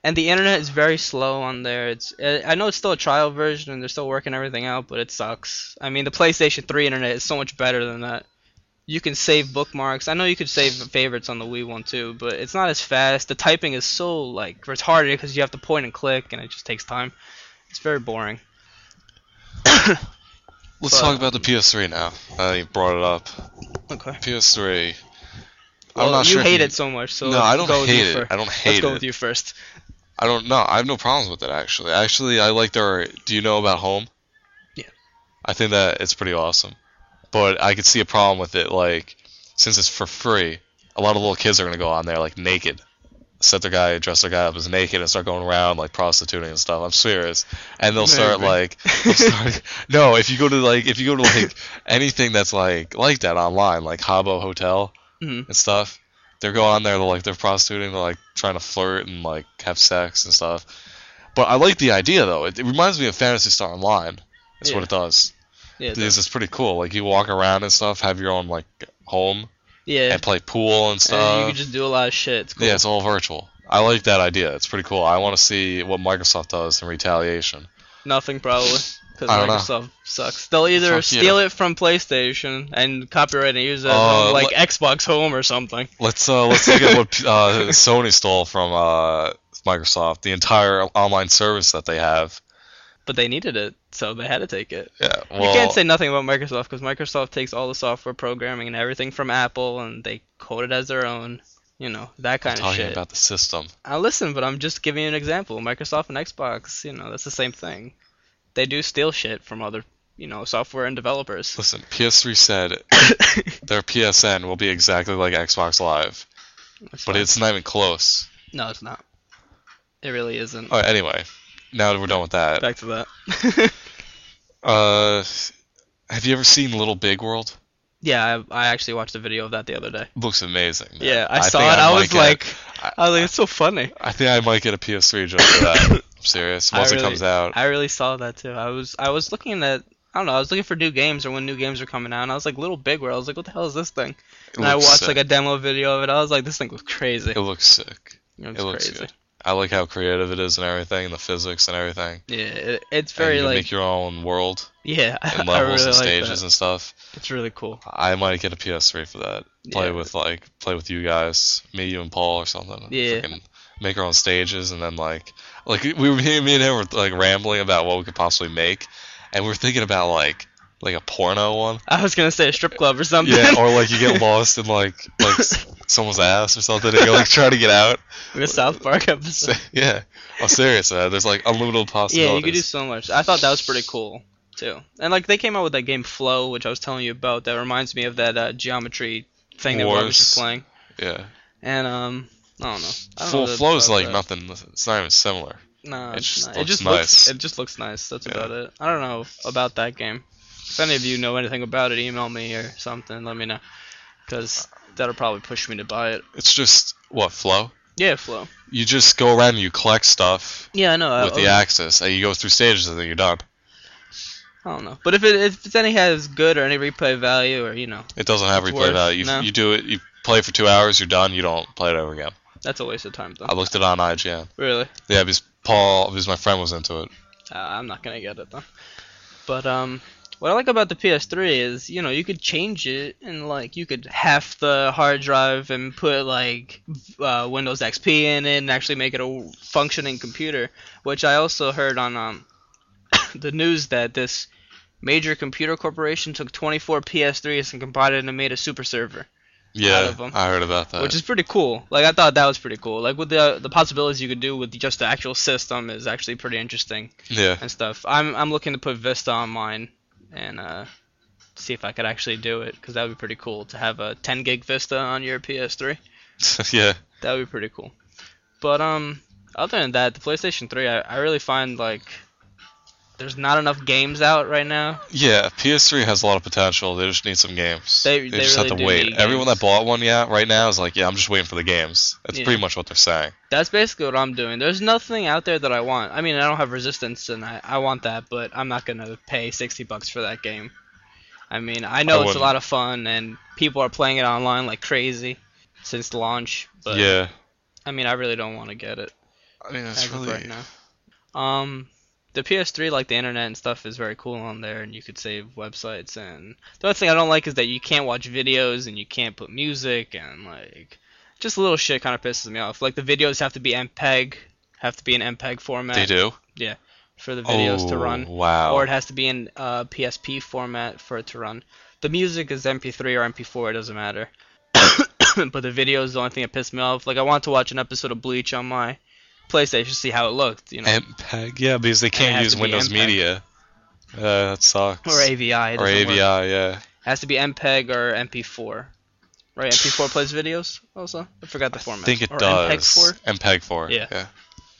Speaker 1: And the internet is very slow on there. It's uh, I know it's still a trial version, and they're still working everything out, but it sucks. I mean, the PlayStation 3 internet is so much better than that. You can save bookmarks. I know you could save favorites on the Wii one too, but it's not as fast. The typing is so like retarded because you have to point and click, and it just takes time. It's very boring.
Speaker 2: Let's
Speaker 1: But-
Speaker 2: talk about the PS3 now. I brought it up.
Speaker 1: Okay.
Speaker 2: PS3.
Speaker 1: Well,
Speaker 2: I'm not
Speaker 1: you
Speaker 2: sure. if
Speaker 1: hate it so much, so
Speaker 2: no,
Speaker 1: let's
Speaker 2: I don't
Speaker 1: go with you
Speaker 2: hate it.
Speaker 1: first.
Speaker 2: I don't
Speaker 1: Let's
Speaker 2: hate
Speaker 1: go
Speaker 2: it.
Speaker 1: with you first.
Speaker 2: I don't know. I have no problems with it actually. Actually, I like their. Do you know about Home?
Speaker 1: Yeah.
Speaker 2: I think that it's pretty awesome, but I could see a problem with it. Like, since it's for free, a lot of little kids are gonna go on there like naked, set their guy, dress their guy up as naked, and start going around like prostituting and stuff. I'm serious, and they'll start
Speaker 1: Maybe.
Speaker 2: like, they'll start, no, if you go to like, if you go to like anything that's like like that online, like Habbo Hotel
Speaker 1: Mhm.
Speaker 2: and stuff, they're going on there, they're like they're prostituting, they're like trying to flirt and like have sex and stuff. But I like the idea though. It, it reminds me of Fantasy Star Online. That's
Speaker 1: Yeah.
Speaker 2: what it does.
Speaker 1: Yeah,
Speaker 2: Because it's pretty cool. Like you walk around and stuff, have your own like home
Speaker 1: yeah.
Speaker 2: and play pool
Speaker 1: And
Speaker 2: and
Speaker 1: you
Speaker 2: stuff.
Speaker 1: can just do a lot of shit. It's cool.
Speaker 2: Yeah, it's all virtual. I like that idea. It's pretty cool. I want to see what Microsoft does in retaliation.
Speaker 1: Nothing probably because
Speaker 2: I don't know.
Speaker 1: Microsoft sucks. They'll either
Speaker 2: Fuck you.
Speaker 1: steal it from PlayStation and copyright and use it
Speaker 2: Uh,
Speaker 1: on, like
Speaker 2: le-
Speaker 1: Xbox Home or something.
Speaker 2: Let's uh, let's look at what uh, Sony stole from uh, Microsoft. The entire online service that they have.
Speaker 1: But they needed it, so they had to take it.
Speaker 2: Yeah, well,
Speaker 1: you can't say nothing about Microsoft because Microsoft takes all the software programming and everything from Apple and they code it as their own. You know that kind of
Speaker 2: talking
Speaker 1: shit.
Speaker 2: about the system.
Speaker 1: I listen, but I'm just giving you an example. Microsoft and Xbox, you know, that's the same thing. They do steal shit from other, you know, software and developers.
Speaker 2: Listen, PS3 said their PSN will be exactly like Xbox Live, but it's not even close.
Speaker 1: no, it's not. It really isn't.
Speaker 2: All right, anyway, now that we're done with that,
Speaker 1: Back to that.
Speaker 2: uh, have you ever seen Little Big World?
Speaker 1: yeah, I, I actually watched a video of that the other day.
Speaker 2: Looks amazing. man.
Speaker 1: Yeah, I, saw it.
Speaker 2: think
Speaker 1: I
Speaker 2: might
Speaker 1: was
Speaker 2: get-
Speaker 1: like,
Speaker 2: I-
Speaker 1: I was like, it's so funny.
Speaker 2: I think I might get a PS3 just for that. I'm serious.
Speaker 1: I
Speaker 2: Once
Speaker 1: really-
Speaker 2: it comes out,
Speaker 1: I really saw that too. I was, I was looking at, I don't know, I was looking for new games or when new games were coming out, and I was like, Little Big World. I was like, what the hell is this thing?
Speaker 2: it
Speaker 1: And I
Speaker 2: looks
Speaker 1: watched
Speaker 2: sick.
Speaker 1: like a demo video of it. I was like, this thing looks crazy.
Speaker 2: It looks sick.
Speaker 1: It
Speaker 2: it looks
Speaker 1: crazy.
Speaker 2: good. I like how creative it is and everything, and the physics and everything.
Speaker 1: Yeah, it, it's
Speaker 2: and
Speaker 1: very
Speaker 2: you can
Speaker 1: like
Speaker 2: make your own world
Speaker 1: yeah,
Speaker 2: and
Speaker 1: I
Speaker 2: levels
Speaker 1: really
Speaker 2: and
Speaker 1: like
Speaker 2: stages
Speaker 1: that.
Speaker 2: and stuff.
Speaker 1: It's really cool.
Speaker 2: I might get a PS3 for that. Play
Speaker 1: Yeah.
Speaker 2: with like play with you guys, me, you, and Paul or something.
Speaker 1: Yeah.
Speaker 2: Freaking make our own stages and then like like we were me, me and him were like rambling about what we could possibly make, and we are thinking about like like a porno one.
Speaker 1: I was gonna say a strip club or something.
Speaker 2: Yeah, or like you get lost in like like s- someone's ass or something, and you like try to get out.
Speaker 1: the South Park
Speaker 2: So,
Speaker 1: episode.
Speaker 2: yeah, I'm serious. Man. There's like unlimited possibilities.
Speaker 1: Yeah, you could do so much. I thought that was pretty cool too. And like they came out with that game Flow, which I was telling you about. That reminds me of that uh, geometry thing that Rob was just
Speaker 2: Wars.
Speaker 1: playing.
Speaker 2: yeah,
Speaker 1: And um, I don't know. I don't know uh,
Speaker 2: full
Speaker 1: that-
Speaker 2: flow's
Speaker 1: about
Speaker 2: like
Speaker 1: that.
Speaker 2: nothing. It's not even similar.
Speaker 1: Nah,
Speaker 2: It
Speaker 1: it's
Speaker 2: just
Speaker 1: not. it
Speaker 2: looks
Speaker 1: just
Speaker 2: nice.
Speaker 1: looks. It just looks nice. That's
Speaker 2: Yeah.
Speaker 1: about it. I don't know about that game. If any of you know anything about it, email me or something. Let me know, because that'll probably push me to buy it.
Speaker 2: It's just what flow.
Speaker 1: Yeah, Flow.
Speaker 2: You just go around and you collect stuff
Speaker 1: Yeah, I know. I-
Speaker 2: with the
Speaker 1: I-
Speaker 2: axis, and you go through stages, and then you're done.
Speaker 1: I don't know. But if it if it's any has good or any replay value or you know,
Speaker 2: It doesn't have
Speaker 1: It's
Speaker 2: replay
Speaker 1: worth-
Speaker 2: value. You,
Speaker 1: no.
Speaker 2: you do it. You play for two hours. You're done. You don't play it over again.
Speaker 1: that's a waste of time though.
Speaker 2: I looked it on IGN.
Speaker 1: really,
Speaker 2: Yeah, because Paul, because my friend was into it.
Speaker 1: uh, I'm not gonna get it though. But um, what I like about the PS3 is you know you could change it and like you could half the hard drive and put like v- uh, Windows XP in it and actually make it a functioning computer. Which I also heard on um the news that this major computer corporation took 24 PS3s and combined it and made a super server.
Speaker 2: Yeah,
Speaker 1: of 'em.
Speaker 2: I heard about that.
Speaker 1: which is pretty cool. Like I thought that was pretty cool. Like with the the possibilities you could do with just the actual system is actually pretty interesting
Speaker 2: yeah,
Speaker 1: and stuff. I'm I'm looking to put Vista on mine and uh, see if I could actually do it because that would be pretty cool to have a 10 gig Vista on your PS3.
Speaker 2: yeah.
Speaker 1: That would be pretty cool. But um, other than that, the PlayStation 3, I, I really find like there's not enough games out right now.
Speaker 2: Yeah, PS3 has a lot of potential. They just need some games.
Speaker 1: They- they
Speaker 2: just
Speaker 1: really
Speaker 2: have to
Speaker 1: do
Speaker 2: wait.
Speaker 1: need
Speaker 2: Everyone
Speaker 1: games.
Speaker 2: that bought one, yeah, right now is like, yeah, I'm just waiting for the games. That's
Speaker 1: Yeah.
Speaker 2: pretty much what they're saying.
Speaker 1: That's basically what I'm doing. There's nothing out there that I want. I mean, I don't have resistance, and I, I want that, but I'm not gonna pay 60 bucks for that game. I mean, I know it's a
Speaker 2: wouldn't.
Speaker 1: lot of fun, and people are playing it online like crazy since launch. But
Speaker 2: yeah,
Speaker 1: I mean, I really don't want to get it
Speaker 2: I mean,
Speaker 1: as
Speaker 2: it's
Speaker 1: of
Speaker 2: really
Speaker 1: right now. Um, the PS3, like the internet and stuff, is very cool on there, and you could save websites. And the other thing I don't like is that you can't watch videos and you can't put music and like just little shit kind of pisses me off. Like the videos have to be MPEG, have to be in MPEG E format
Speaker 2: they do.
Speaker 1: for the videos to
Speaker 2: Oh,
Speaker 1: run,
Speaker 2: Wow.
Speaker 1: or it has to be in uh, PSP format for it to run. The music is MP3 or MP4, it doesn't matter. but the video is the only thing that pissed me off. Like I wanted to watch an episode of Bleach on my PlayStation to see how it looked, you know,
Speaker 2: MPEG, yeah, because they
Speaker 1: it
Speaker 2: can't
Speaker 1: has
Speaker 2: use
Speaker 1: to be
Speaker 2: Windows
Speaker 1: MPEG.
Speaker 2: Media. Uh, that sucks.
Speaker 1: or AVI. it
Speaker 2: Or
Speaker 1: doesn't
Speaker 2: AVI,
Speaker 1: work.
Speaker 2: yeah.
Speaker 1: has to be MPEG or MP4. Right, MP4 plays videos also? I forgot the format.
Speaker 2: I think it
Speaker 1: or
Speaker 2: does. MPEG 4?
Speaker 1: Yeah.
Speaker 2: yeah.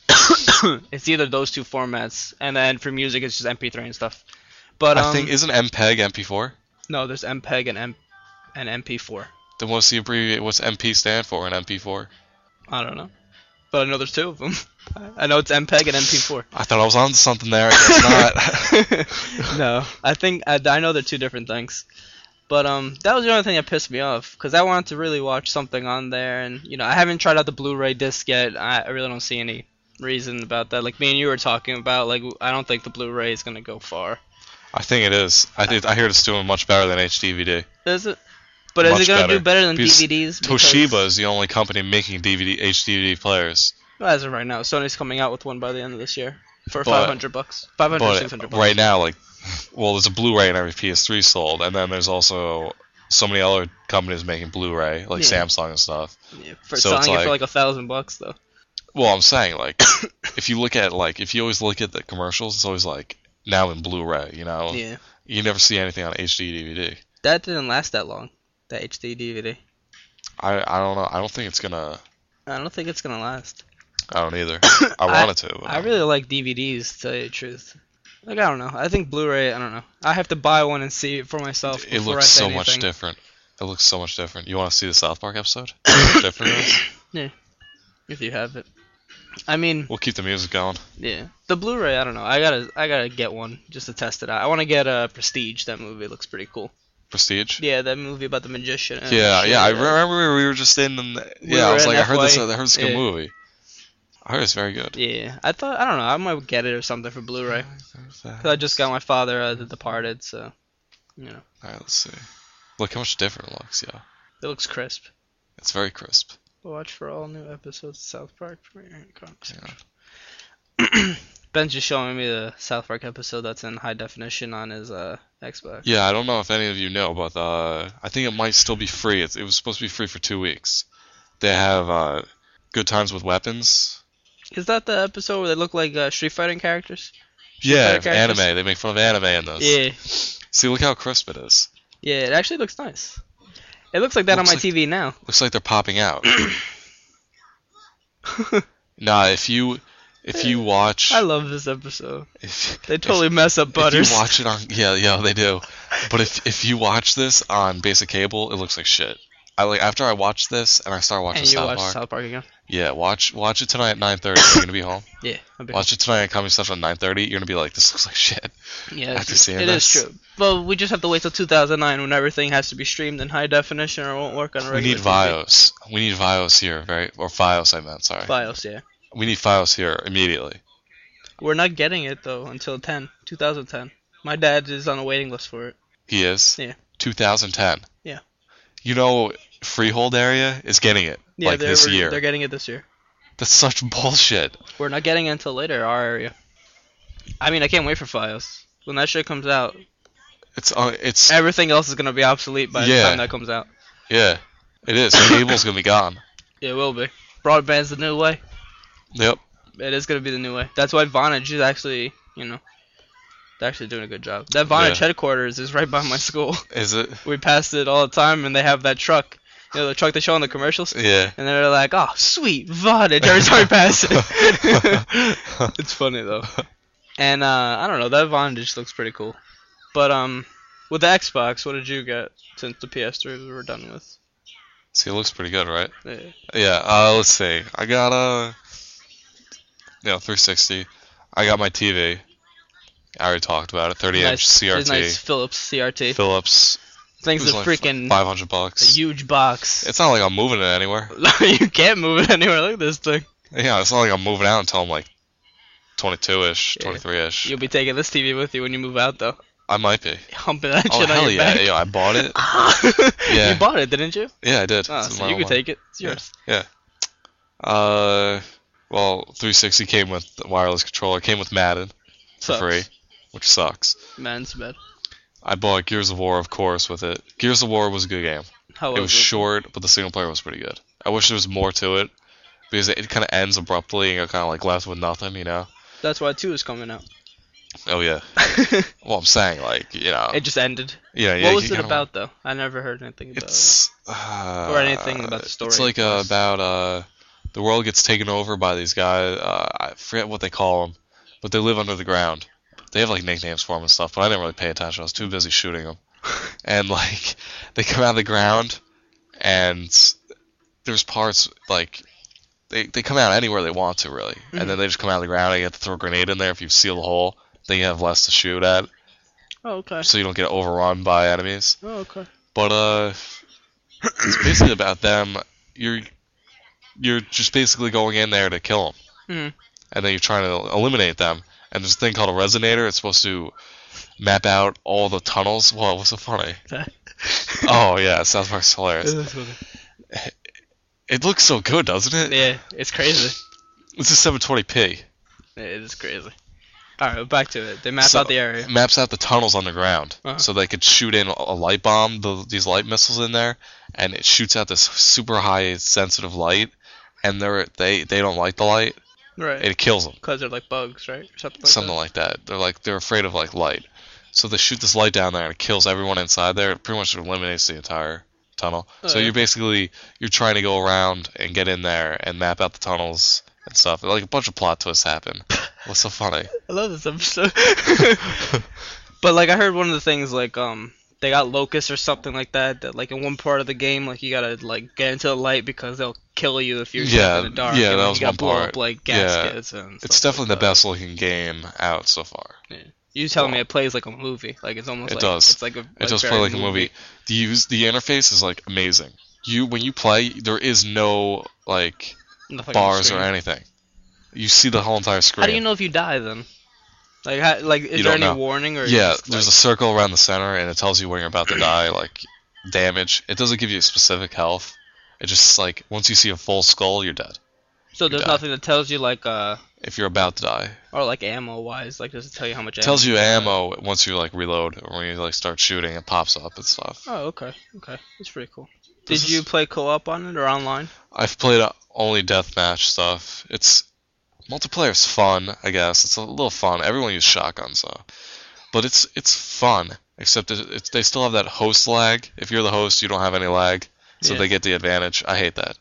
Speaker 1: MPEG4. it's either those two formats, and then for music, it's just MP3 and stuff. But um,
Speaker 2: I think, isn't MPEG MP4?
Speaker 1: no, there's MPEG and M- and MP4.
Speaker 2: Then what's the abbreviate? What's MP stand for in MP4?
Speaker 1: I don't know, but I know there's two of them. I know it's MPEG and MP4.
Speaker 2: I thought I was on something there. I guess not.
Speaker 1: no, I think I, I know they're two different things. But um, that was the only thing that pissed me off because I wanted to really watch something on there, and you know I haven't tried out the Blu-ray disc yet. I, I really don't see any reason about that. Like me and you were talking about, like I don't think the Blu-ray is gonna go far.
Speaker 2: I think it is. I think I hear it's doing much better than HDVD.
Speaker 1: Is it? But is
Speaker 2: Much
Speaker 1: it gonna
Speaker 2: better,
Speaker 1: do better than
Speaker 2: because
Speaker 1: DVDs? Because-
Speaker 2: Toshiba is the only company making DVD HDVD players,
Speaker 1: Well, as of right now, Sony's coming out with one by the end of this year for
Speaker 2: But-
Speaker 1: 500 bucks, 500 or 600
Speaker 2: but
Speaker 1: bucks.
Speaker 2: right now, like, well, there's a Blu-ray in every PS3 sold, and then there's also so many other companies making Blu-ray, like
Speaker 1: Yeah.
Speaker 2: Samsung and stuff.
Speaker 1: Yeah, for
Speaker 2: so it's
Speaker 1: selling it for like
Speaker 2: like-
Speaker 1: a thousand bucks though.
Speaker 2: Well, I'm saying like, if you look at like, if you always look at the commercials, it's always like now in Blu-ray. You know,
Speaker 1: Yeah,
Speaker 2: you never see anything on HDVD.
Speaker 1: that didn't last that long. The HD DVD.
Speaker 2: I I don't know. I don't think it's gonna.
Speaker 1: I don't think it's gonna last.
Speaker 2: I don't either. I wanted to. But
Speaker 1: I really like DVDs, to tell you the truth. Like I don't know. I think Blu-ray. I don't know. I have to buy one and see it for myself.
Speaker 2: it
Speaker 1: before I
Speaker 2: looks
Speaker 1: say
Speaker 2: so much
Speaker 1: anything.
Speaker 2: different. It looks so much different. You want to see the South Park episode? How much different it is?
Speaker 1: If you have it. I mean,
Speaker 2: We'll keep the music going.
Speaker 1: yeah. The Blu-ray. I don't know. I gotta. I gotta get one just to test it out. I want to get a uh, Prestige. That movie looks pretty cool.
Speaker 2: Prestige.
Speaker 1: Yeah, that movie about the magician. and
Speaker 2: Yeah, yeah.
Speaker 1: shit,
Speaker 2: I remember we were just in. The,
Speaker 1: We
Speaker 2: yeah, I
Speaker 1: were
Speaker 2: was
Speaker 1: in
Speaker 2: like, I heard this. I
Speaker 1: FY.
Speaker 2: heard this good
Speaker 1: Yeah.
Speaker 2: movie. I heard it's very good.
Speaker 1: Yeah, I thought. I don't know. I might get it or something for Blu-ray. Cause I just got my father uh, The Departed, so you know
Speaker 2: All right, let's see. Look how much different it looks. Yeah,
Speaker 1: it looks crisp.
Speaker 2: it's very crisp.
Speaker 1: Watch for all new episodes of South Park premiere in comic
Speaker 2: Yeah.
Speaker 1: section. Ben's just showing me the South Park episode that's in high definition on his uh, Xbox.
Speaker 2: Yeah, I don't know if any of you know, but uh, I think it might still be free. It's, it was supposed to be free for two weeks. They have uh, good times with weapons.
Speaker 1: Is that the episode where they look like uh, Street Fighting characters?
Speaker 2: Yeah,
Speaker 1: Fighter
Speaker 2: anime.
Speaker 1: characters.
Speaker 2: They make fun of anime in this.
Speaker 1: Yeah,
Speaker 2: See, look how crisp it is.
Speaker 1: yeah. It actually looks nice. It looks like that
Speaker 2: Looks
Speaker 1: on my
Speaker 2: like-
Speaker 1: TV now.
Speaker 2: Looks like they're popping out. nah, if you if you watch
Speaker 1: I love this episode.
Speaker 2: if,
Speaker 1: They totally mess up
Speaker 2: if,
Speaker 1: Butters.
Speaker 2: you watch it on yeah yeah they do, but if if you watch this on basic cable, it looks like shit. I like after I watched this and I started watching
Speaker 1: and you
Speaker 2: South
Speaker 1: watch
Speaker 2: Park.
Speaker 1: South Park again.
Speaker 2: Yeah, watch watch it tonight at 9:30. You're gonna be home.
Speaker 1: Yeah. I'll be-
Speaker 2: Watch it tonight at Comedy Central at 9:30. You're gonna be like, this looks like shit.
Speaker 1: Yeah,
Speaker 2: after
Speaker 1: it's-
Speaker 2: seeing
Speaker 1: it is
Speaker 2: this.
Speaker 1: true. But we just have to wait till 2009 when everything has to be streamed in high definition or it won't work on a
Speaker 2: We
Speaker 1: regular
Speaker 2: need
Speaker 1: TV.
Speaker 2: Vios. We need Vios here, right? Or Fios, I meant. Sorry.
Speaker 1: BIOS, yeah.
Speaker 2: We need Fios here immediately.
Speaker 1: We're not getting it though until 10, 2010. My dad is on a waiting list for it.
Speaker 2: He is.
Speaker 1: Yeah.
Speaker 2: 2010.
Speaker 1: Yeah.
Speaker 2: You know, Freehold area is getting it
Speaker 1: Yeah,
Speaker 2: like
Speaker 1: they're,
Speaker 2: this
Speaker 1: we're-
Speaker 2: year.
Speaker 1: they're getting it this year.
Speaker 2: That's such bullshit.
Speaker 1: We're not getting it until later, our area. I mean, I can't wait for Files. When that shit comes out,
Speaker 2: It's uh, it's
Speaker 1: everything else is gonna be obsolete by the
Speaker 2: Yeah.
Speaker 1: time that comes out.
Speaker 2: yeah, it is. Cable's gonna be gone.
Speaker 1: Yeah, it will be. Broadband's the new way.
Speaker 2: Yep.
Speaker 1: It is gonna be the new way. That's why Vonage is actually, you know, they're actually doing a good job. That Vonage
Speaker 2: Yeah.
Speaker 1: headquarters is right by my school.
Speaker 2: Is it?
Speaker 1: we pass it all the time, and they have that truck. You know, the truck they show in the commercials.
Speaker 2: Yeah.
Speaker 1: And they're like, oh, sweet, Vonage, every time we pass it. it's funny, though. And, uh, I don't know, that Vonage looks pretty cool. But, um, with the Xbox, what did you get since the PS3 we were done with?
Speaker 2: See, it looks pretty good, right?
Speaker 1: Yeah.
Speaker 2: Yeah, uh, let's see. I got uh, you know, 360. I got my TV. I already talked about it. 30
Speaker 1: nice,
Speaker 2: inch CRT.
Speaker 1: Nice Philips CRT.
Speaker 2: Philips.
Speaker 1: Things a
Speaker 2: It was only f-
Speaker 1: freaking
Speaker 2: 500 bucks.
Speaker 1: huge box.
Speaker 2: It's not like I'm moving it anywhere.
Speaker 1: you can't move it anywhere. Look at this thing.
Speaker 2: Yeah, it's not like I'm moving out until I'm like 22 ish,
Speaker 1: Yeah.
Speaker 2: 23 ish.
Speaker 1: You'll be taking this TV with you when you move out, though.
Speaker 2: I might be.
Speaker 1: Humping that
Speaker 2: Oh
Speaker 1: shit on
Speaker 2: hell
Speaker 1: your
Speaker 2: yeah!
Speaker 1: back.
Speaker 2: Yeah, I bought it. Yeah.
Speaker 1: You bought it, didn't you?
Speaker 2: Yeah, I did.
Speaker 1: Ah,
Speaker 2: It's
Speaker 1: so
Speaker 2: my
Speaker 1: you
Speaker 2: own
Speaker 1: could
Speaker 2: one.
Speaker 1: take it. It's
Speaker 2: Yeah.
Speaker 1: yours.
Speaker 2: Yeah. Uh, well, 360 came with the wireless controller. Came with Madden for
Speaker 1: Sucks.
Speaker 2: free, which sucks.
Speaker 1: Man's bed.
Speaker 2: I bought Gears of War, of course, with it. Gears of War was a good game.
Speaker 1: How
Speaker 2: It was short, but the single player was pretty good. I wish there was more to it because it, it kind of ends abruptly and you're kind of like left with nothing, you know?
Speaker 1: That's why two is coming out.
Speaker 2: Oh yeah.
Speaker 1: it
Speaker 2: Well, I'm saying like you know,
Speaker 1: just ended.
Speaker 2: yeah, yeah.
Speaker 1: what
Speaker 2: you
Speaker 1: was it
Speaker 2: kinda-
Speaker 1: about though? I never heard anything about
Speaker 2: It's uh,
Speaker 1: Or anything about the
Speaker 2: It's
Speaker 1: story,
Speaker 2: like uh,
Speaker 1: yes.
Speaker 2: about uh, the world gets taken over by these guys. Uh, I forget what they call them, but they live under the ground. They have like nicknames for them and stuff, but I didn't really pay attention. I was too busy shooting them. and like they come out of the ground, and there's parts like they they come out anywhere they want to really, and
Speaker 1: Mm-hmm.
Speaker 2: then they just come out of the ground. And you have to throw a grenade in there if you seal the hole. Then you have less to shoot at,
Speaker 1: it. Oh okay.
Speaker 2: so you don't get overrun by enemies.
Speaker 1: Oh okay.
Speaker 2: But uh, it's basically about them. You're you're just basically going in there to kill them,
Speaker 1: Mhm.
Speaker 2: and then you're trying to eliminate them. And there's a thing called a resonator. It's supposed to map out all the tunnels. Whoa, what's so funny? oh yeah, South Park's hilarious. It looks so good, doesn't it?
Speaker 1: yeah, it's crazy.
Speaker 2: This is 720p.
Speaker 1: It is crazy. All right, back to it. They map
Speaker 2: So-
Speaker 1: out the area.
Speaker 2: It maps out the tunnels underground,
Speaker 1: Uh-huh.
Speaker 2: so they could shoot in a light bomb, the, these light missiles in there, and it shoots out this super high sensitive light, and they're they they don't like the light.
Speaker 1: Right.
Speaker 2: It kills them.
Speaker 1: because they're like bugs, right? Or something like
Speaker 2: something like that. They're like they're afraid of like light, so they shoot this light down there and it kills everyone inside there. It pretty much eliminates the entire tunnel. so
Speaker 1: Oh.
Speaker 2: you're basically you're trying to go around and get in there and map out the tunnels and stuff. Like a bunch of plot twists happen. What's so funny?
Speaker 1: that. I love this episode. but like, I heard one of the things like um they got locusts or something like that. That like in one part of the game, like you gotta like get into the light because they'll kill you if you're
Speaker 2: Yeah,
Speaker 1: in the dark.
Speaker 2: yeah,
Speaker 1: and,
Speaker 2: that
Speaker 1: like,
Speaker 2: was
Speaker 1: you gotta
Speaker 2: one
Speaker 1: blow
Speaker 2: part.
Speaker 1: Up, like
Speaker 2: Yeah.
Speaker 1: gaskets and.
Speaker 2: it's
Speaker 1: stuff like
Speaker 2: definitely the
Speaker 1: that.
Speaker 2: best looking game out so far.
Speaker 1: You tell me it plays like a movie. Like it's almost.
Speaker 2: It
Speaker 1: like,
Speaker 2: does.
Speaker 1: It's like a.
Speaker 2: It does play
Speaker 1: very
Speaker 2: like a movie. The use the interface is like amazing. You when you play, there is no like
Speaker 1: Nothing on the
Speaker 2: bars or
Speaker 1: screen.
Speaker 2: anything. You see the whole entire screen.
Speaker 1: How do you know if you die then? Like, how, like, is
Speaker 2: You
Speaker 1: there
Speaker 2: don't
Speaker 1: any
Speaker 2: know.
Speaker 1: warning or?
Speaker 2: Yeah,
Speaker 1: just,
Speaker 2: there's a
Speaker 1: like-
Speaker 2: circle around the center, and it tells you when you're about to die, like damage. It doesn't give you specific health. It just like once you see a full skull, you're dead.
Speaker 1: so there's
Speaker 2: die.
Speaker 1: nothing that tells you like uh
Speaker 2: If you're about to die,
Speaker 1: or like ammo wise, like does it tell you how much?
Speaker 2: it tells you ammo once you like reload or when you like start shooting, it pops up and stuff.
Speaker 1: Oh, okay, okay, that's pretty cool. Did
Speaker 2: This is-
Speaker 1: you play co-op on it or online?
Speaker 2: I've played uh, only deathmatch stuff. It's multiplayer's fun, I guess. It's a little fun. Everyone uses shotguns though, but it's it's fun. Except it, it's, they still have that host lag. If you're the host, you don't have any lag, so
Speaker 1: Yeah.
Speaker 2: they get the advantage. I hate that,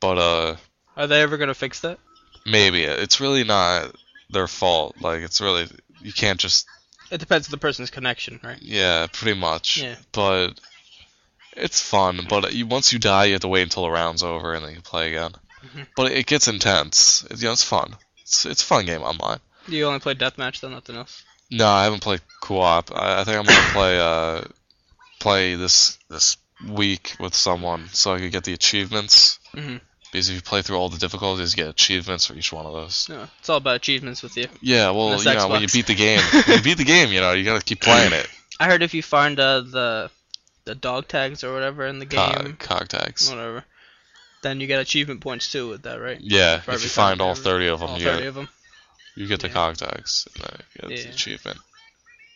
Speaker 2: but uh,
Speaker 1: Are they ever gonna fix that?
Speaker 2: maybe it's really not their fault. Like it's really you can't just
Speaker 1: It depends on the person's connection, right?
Speaker 2: yeah, pretty much.
Speaker 1: Yeah.
Speaker 2: But it's fun. But you, once you die, you have to wait until the round's over and then you play again.
Speaker 1: Mhm.
Speaker 2: But it gets intense. It, you know, it's fun. It's it's a fun game online.
Speaker 1: You only play deathmatch, though, nothing else.
Speaker 2: No, I haven't played co-op. I, I think I'm gonna play uh play this this week with someone so I could get the achievements.
Speaker 1: Mhm.
Speaker 2: Because if you play through all the difficulties, you get achievements for each one of those.
Speaker 1: No, Oh, it's all about achievements with you.
Speaker 2: Yeah, well,
Speaker 1: That's
Speaker 2: you know, when you
Speaker 1: Xbox.
Speaker 2: beat the game, when you beat the game, you know, you gotta keep playing it.
Speaker 1: I heard if you find uh, the the dog tags or whatever in the game,
Speaker 2: Cog, cog tags.
Speaker 1: whatever, then you get achievement points too with that, right?
Speaker 2: Yeah,
Speaker 1: For
Speaker 2: if
Speaker 1: every
Speaker 2: you find
Speaker 1: cog
Speaker 2: all
Speaker 1: tag.
Speaker 2: 30 of them,
Speaker 1: All
Speaker 2: you,
Speaker 1: thirty
Speaker 2: get,
Speaker 1: of them.
Speaker 2: you get the
Speaker 1: Yeah.
Speaker 2: cog tags, and then you get
Speaker 1: Yeah.
Speaker 2: the achievement.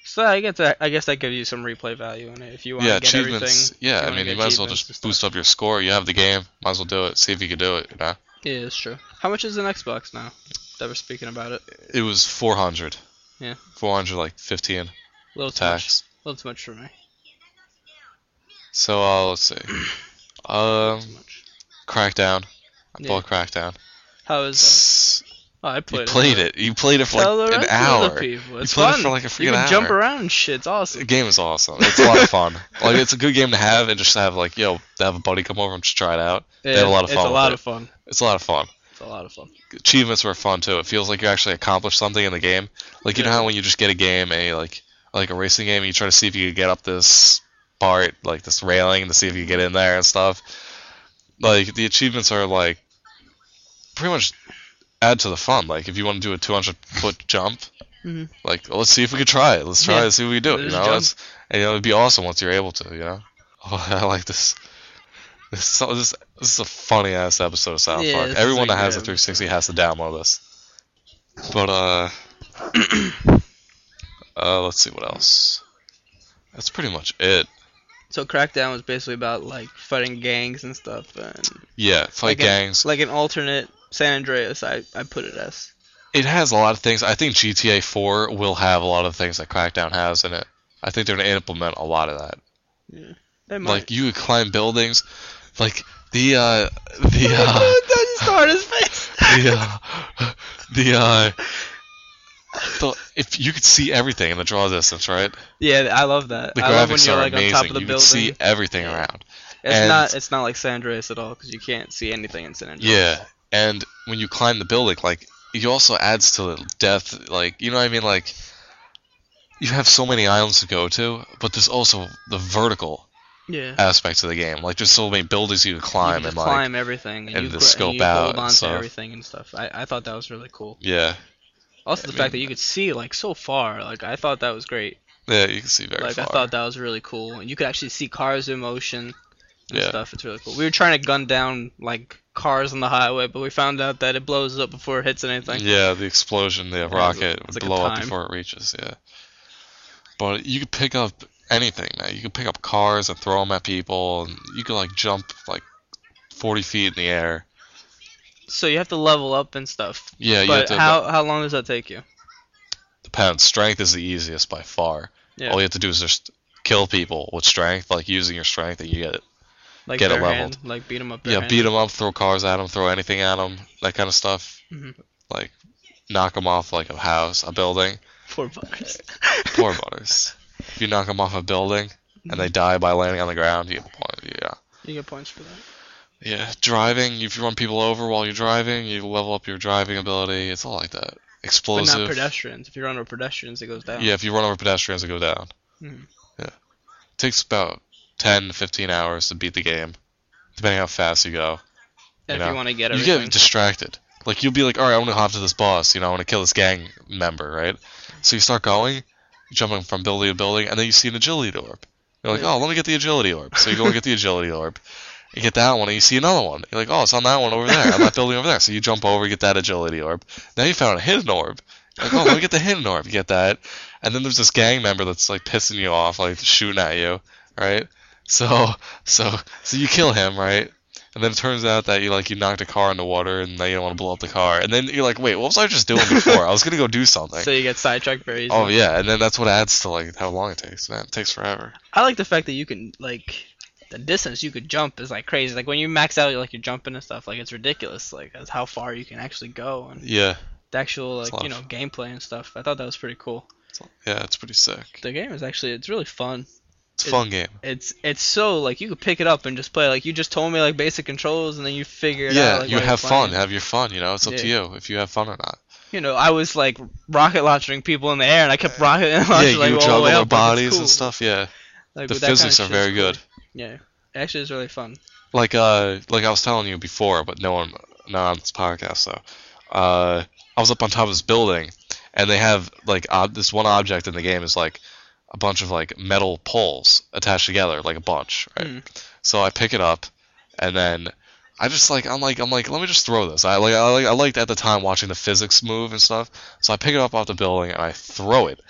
Speaker 1: So I get that. I guess that gives you some replay value in it if you want
Speaker 2: Yeah,
Speaker 1: to get
Speaker 2: achievements.
Speaker 1: everything.
Speaker 2: Yeah,
Speaker 1: you
Speaker 2: I
Speaker 1: wanna
Speaker 2: mean, you
Speaker 1: get
Speaker 2: might as well
Speaker 1: achievements
Speaker 2: just
Speaker 1: and
Speaker 2: boost up your score. You have the game, might as well do it. See if you can do it. You know,
Speaker 1: Yeah, that's true. How much is an Xbox now? That we're speaking about it.
Speaker 2: it was 400.
Speaker 1: Yeah.
Speaker 2: 400 like 15
Speaker 1: A little too much.
Speaker 2: tax.
Speaker 1: A little too much for me.
Speaker 2: So uh, let's see. Um,
Speaker 1: Too much.
Speaker 2: Crackdown. I
Speaker 1: Yeah.
Speaker 2: bought Crackdown.
Speaker 1: How is
Speaker 2: S-
Speaker 1: that? Oh, I played
Speaker 2: You
Speaker 1: it.
Speaker 2: played it. You played it for
Speaker 1: Tell the
Speaker 2: like an
Speaker 1: rest Of
Speaker 2: hour.
Speaker 1: other people.
Speaker 2: You
Speaker 1: It's
Speaker 2: played it
Speaker 1: fun.
Speaker 2: for like a
Speaker 1: you
Speaker 2: freaking
Speaker 1: can jump
Speaker 2: hour.
Speaker 1: around and shit. It's
Speaker 2: The
Speaker 1: awesome.
Speaker 2: game is awesome. It's a lot of fun. Like it's a good game to have and just have like yo, to have a buddy come over and just try it out. They have a lot of
Speaker 1: It's
Speaker 2: fun
Speaker 1: a
Speaker 2: with
Speaker 1: lot
Speaker 2: it.
Speaker 1: of fun.
Speaker 2: It's a lot of fun.
Speaker 1: It's a lot of fun.
Speaker 2: achievements were fun too. It feels like you actually accomplished something in the game. Like you know
Speaker 1: Yeah.
Speaker 2: how when you just get a game and you like like a racing game, you try to see if you can get up this part, like this railing, to see if you get in there and stuff. Like the achievements are like pretty much add to the fun. Like if you want to do a 200 foot jump,
Speaker 1: Mhm.
Speaker 2: like let's see if we can try it. Let's try
Speaker 1: Yeah.
Speaker 2: it. See if we can do it.
Speaker 1: Let's
Speaker 2: You
Speaker 1: jump.
Speaker 2: know, it's, and, you know, it'd be awesome once you're able to. You know, oh, I like this. This, so- this, this is a funny ass episode of South
Speaker 1: Yeah,
Speaker 2: Park.
Speaker 1: this is
Speaker 2: Everyone
Speaker 1: a
Speaker 2: that has a
Speaker 1: good
Speaker 2: 360 has to download this. But uh, uh, let's see what else. That's pretty much it.
Speaker 1: So Crackdown was basically about like fighting gangs and stuff, and
Speaker 2: Yeah, fight
Speaker 1: like an-
Speaker 2: gangs.
Speaker 1: like an alternate San Andreas. I, I put it as
Speaker 2: it has a lot of things. I think GTA 4 will have a lot of things that Crackdown has in it. I think they're going to implement a lot of that.
Speaker 1: They might.
Speaker 2: Like you could climb buildings, like the uh, the uh,
Speaker 1: that just tore his face.
Speaker 2: the uh, the uh, the, if you could see everything in the draw distance, right?
Speaker 1: yeah, I love that.
Speaker 2: The
Speaker 1: I love when
Speaker 2: graphics
Speaker 1: you're
Speaker 2: are
Speaker 1: like
Speaker 2: amazing.
Speaker 1: on top of the
Speaker 2: you
Speaker 1: building.
Speaker 2: could see everything around.
Speaker 1: it's
Speaker 2: and-
Speaker 1: not it's not like San Andreas at all because you can't see anything in San Andreas.
Speaker 2: Yeah, and when you climb the building, like it also adds to the depth. Like you know what I mean? Like you have so many islands to go to, but there's also the vertical
Speaker 1: Yeah.
Speaker 2: aspects of the game. Like there's so many buildings you
Speaker 1: You
Speaker 2: can climb
Speaker 1: can just
Speaker 2: and like
Speaker 1: climb everything and,
Speaker 2: and
Speaker 1: you,
Speaker 2: the
Speaker 1: gra-
Speaker 2: scope
Speaker 1: and you
Speaker 2: out
Speaker 1: hold
Speaker 2: and
Speaker 1: onto
Speaker 2: stuff.
Speaker 1: everything and stuff. I, I thought that was really cool.
Speaker 2: yeah,
Speaker 1: Also, the
Speaker 2: I
Speaker 1: fact that
Speaker 2: mean-
Speaker 1: you could see like so far, like I thought that was great.
Speaker 2: yeah, you can see very
Speaker 1: Like
Speaker 2: far.
Speaker 1: I thought that was really cool. And you could actually see cars in motion and
Speaker 2: Yeah.
Speaker 1: stuff. It's really cool. We were trying to gun down like cars on the highway, but we found out that it blows up before it hits anything.
Speaker 2: Yeah, the explosion, the rocket
Speaker 1: it's
Speaker 2: would
Speaker 1: like a
Speaker 2: blow up
Speaker 1: time.
Speaker 2: before it reaches. Yeah, but you could pick up anything now. You could pick up cars and throw them at people, and you could like jump like 40 feet in the air.
Speaker 1: So you have to level up and stuff.
Speaker 2: Yeah, you have
Speaker 1: but
Speaker 2: to
Speaker 1: how how long does that take you?
Speaker 2: depends. Strength is the easiest by far.
Speaker 1: Yeah.
Speaker 2: All you have to do is just kill people with strength, like using your strength, and you get it.
Speaker 1: like
Speaker 2: get it
Speaker 1: bare hand,
Speaker 2: leveled.
Speaker 1: like beat them up.
Speaker 2: yeah, beat 'em beat them up, throw cars at them, throw anything at them, that kind of stuff.
Speaker 1: Mhm.
Speaker 2: Like knock them off like a house, a building.
Speaker 1: Four bucks.
Speaker 2: Poor butters. If you knock them off a building and they die by landing on the ground, you get the point. Yeah.
Speaker 1: you get points for that.
Speaker 2: Yeah, driving. If you run people over while you're driving, you level up your driving ability. It's all like that.
Speaker 1: But
Speaker 2: Explosive.
Speaker 1: not pedestrians. If you're under pedestrians, it goes down.
Speaker 2: Yeah, if you run over pedestrians, it go down.
Speaker 1: Mhm.
Speaker 2: Yeah. takes about 10 to 15 hours to beat the game, depending how fast you go.
Speaker 1: And
Speaker 2: you
Speaker 1: if
Speaker 2: know,
Speaker 1: you want to get
Speaker 2: You
Speaker 1: everything.
Speaker 2: get distracted. Like, you'll be like, alright, I want to hop to this boss, you know, I want to kill this gang member, right? So you start going, jumping from building to building, and then you see an agility orb. You're like,
Speaker 1: Yeah.
Speaker 2: oh, let me get the agility orb. So you go and get the agility orb. You get that one, and you see another one. You're like, oh, it's on that one over there. I'm not building over there. So you jump over, you get that agility orb. Now you found a hidden orb. You're like, oh, let me get the hidden orb. You get that. And then there's this gang member that's like pissing you off, like shooting at you, right? So, so, so you kill him, right? And then it turns out that you like you knocked a car in the water, and now you don't want to blow up the car. And then you're like, wait, what was I just doing before? I was gonna go do something.
Speaker 1: so you get sidetracked very easily.
Speaker 2: Oh yeah, and then that's what adds to like how long it takes. Man, it takes forever.
Speaker 1: I like the fact that you can like the distance you could jump is like crazy. Like when you max out, like you're jumping and stuff. Like it's ridiculous. Like as how far you can actually go and
Speaker 2: Yeah,
Speaker 1: the actual
Speaker 2: It's
Speaker 1: like you know
Speaker 2: tough.
Speaker 1: gameplay and stuff. I thought that was pretty cool.
Speaker 2: it's, yeah, it's pretty sick.
Speaker 1: The game is actually it's really fun.
Speaker 2: It's a fun game.
Speaker 1: It's it's so like you could pick it up and just play. Like you just told me like basic controls and then you figure it out.
Speaker 2: Yeah,
Speaker 1: like,
Speaker 2: you
Speaker 1: while you're
Speaker 2: have fun.
Speaker 1: playing.
Speaker 2: Have your fun. You know, it's up to
Speaker 1: Yeah.
Speaker 2: you if you have fun or not.
Speaker 1: You know, I was like rocket launching people in the air and I kept rocket
Speaker 2: Yeah,
Speaker 1: launching like
Speaker 2: you
Speaker 1: all
Speaker 2: juggle
Speaker 1: the way
Speaker 2: their
Speaker 1: up. Like, it's
Speaker 2: bodies
Speaker 1: cool.
Speaker 2: and stuff. Yeah,
Speaker 1: Like,
Speaker 2: the
Speaker 1: but that kinda
Speaker 2: physics are
Speaker 1: shit's
Speaker 2: very
Speaker 1: cool.
Speaker 2: good.
Speaker 1: Yeah, actually, it's really fun.
Speaker 2: Like uh, like I was telling you before, but no one, not on this podcast though. Uh, I was up on top of this building, and they have like ob- this one object in the game is like a bunch of like metal poles attached together, like a bunch, right?
Speaker 1: Mm.
Speaker 2: So I pick it up, and then I just like I'm like I'm like let me just throw this. I like I like I liked at the time watching the physics move and stuff. So I pick it up off the building and I throw it,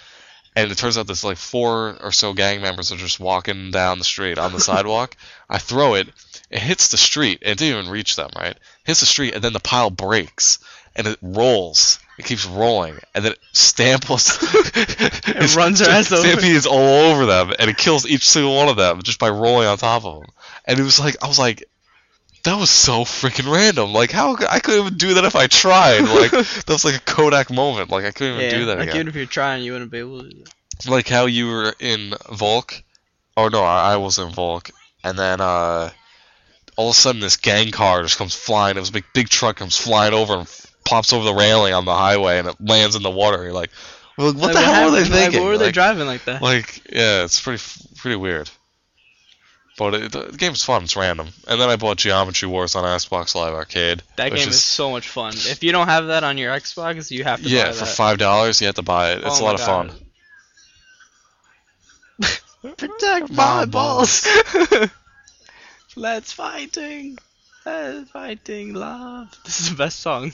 Speaker 2: and it turns out there's like four or so gang members are just walking down the street on the sidewalk. I throw it, it hits the street, and it didn't even reach them, right? hits the street, and then the pile breaks, and it rolls. It keeps rolling, and then it stamps. it
Speaker 1: runs their ass over.
Speaker 2: Stampedes all over them, and it kills each single one of them just by rolling on top of them. And it was like I was like, that was so freaking random. Like how could- I couldn't even do that if I tried. Like that was like a Kodak moment. Like I couldn't even
Speaker 1: yeah,
Speaker 2: do that
Speaker 1: like
Speaker 2: again
Speaker 1: even if you're trying, you wouldn't be able to. Do that.
Speaker 2: like how you were in Volk. Oh no, I, I was in Volk, and then uh, all of a sudden this gang car just comes flying. It was a big big truck comes flying over and f- pops over the railing on the highway, and it lands in the water. You're like, well,
Speaker 1: Like,
Speaker 2: what the hell
Speaker 1: happened?
Speaker 2: were they
Speaker 1: Like,
Speaker 2: thinking?
Speaker 1: what were they
Speaker 2: Like-
Speaker 1: driving like that?
Speaker 2: like yeah, it's pretty f- pretty weird. But it, the the game's fun. It's random. And then I bought Geometry Wars on Xbox Live Arcade.
Speaker 1: that
Speaker 2: which
Speaker 1: game is, so much fun. If you don't have that on your Xbox, you have to
Speaker 2: yeah
Speaker 1: buy
Speaker 2: for
Speaker 1: that.
Speaker 2: five dollars. You have to buy it. It's
Speaker 1: Oh
Speaker 2: a lot
Speaker 1: my
Speaker 2: of
Speaker 1: God.
Speaker 2: fun.
Speaker 1: Protect
Speaker 2: my balls.
Speaker 1: Let's fighting. Let's fighting love. This is the best song.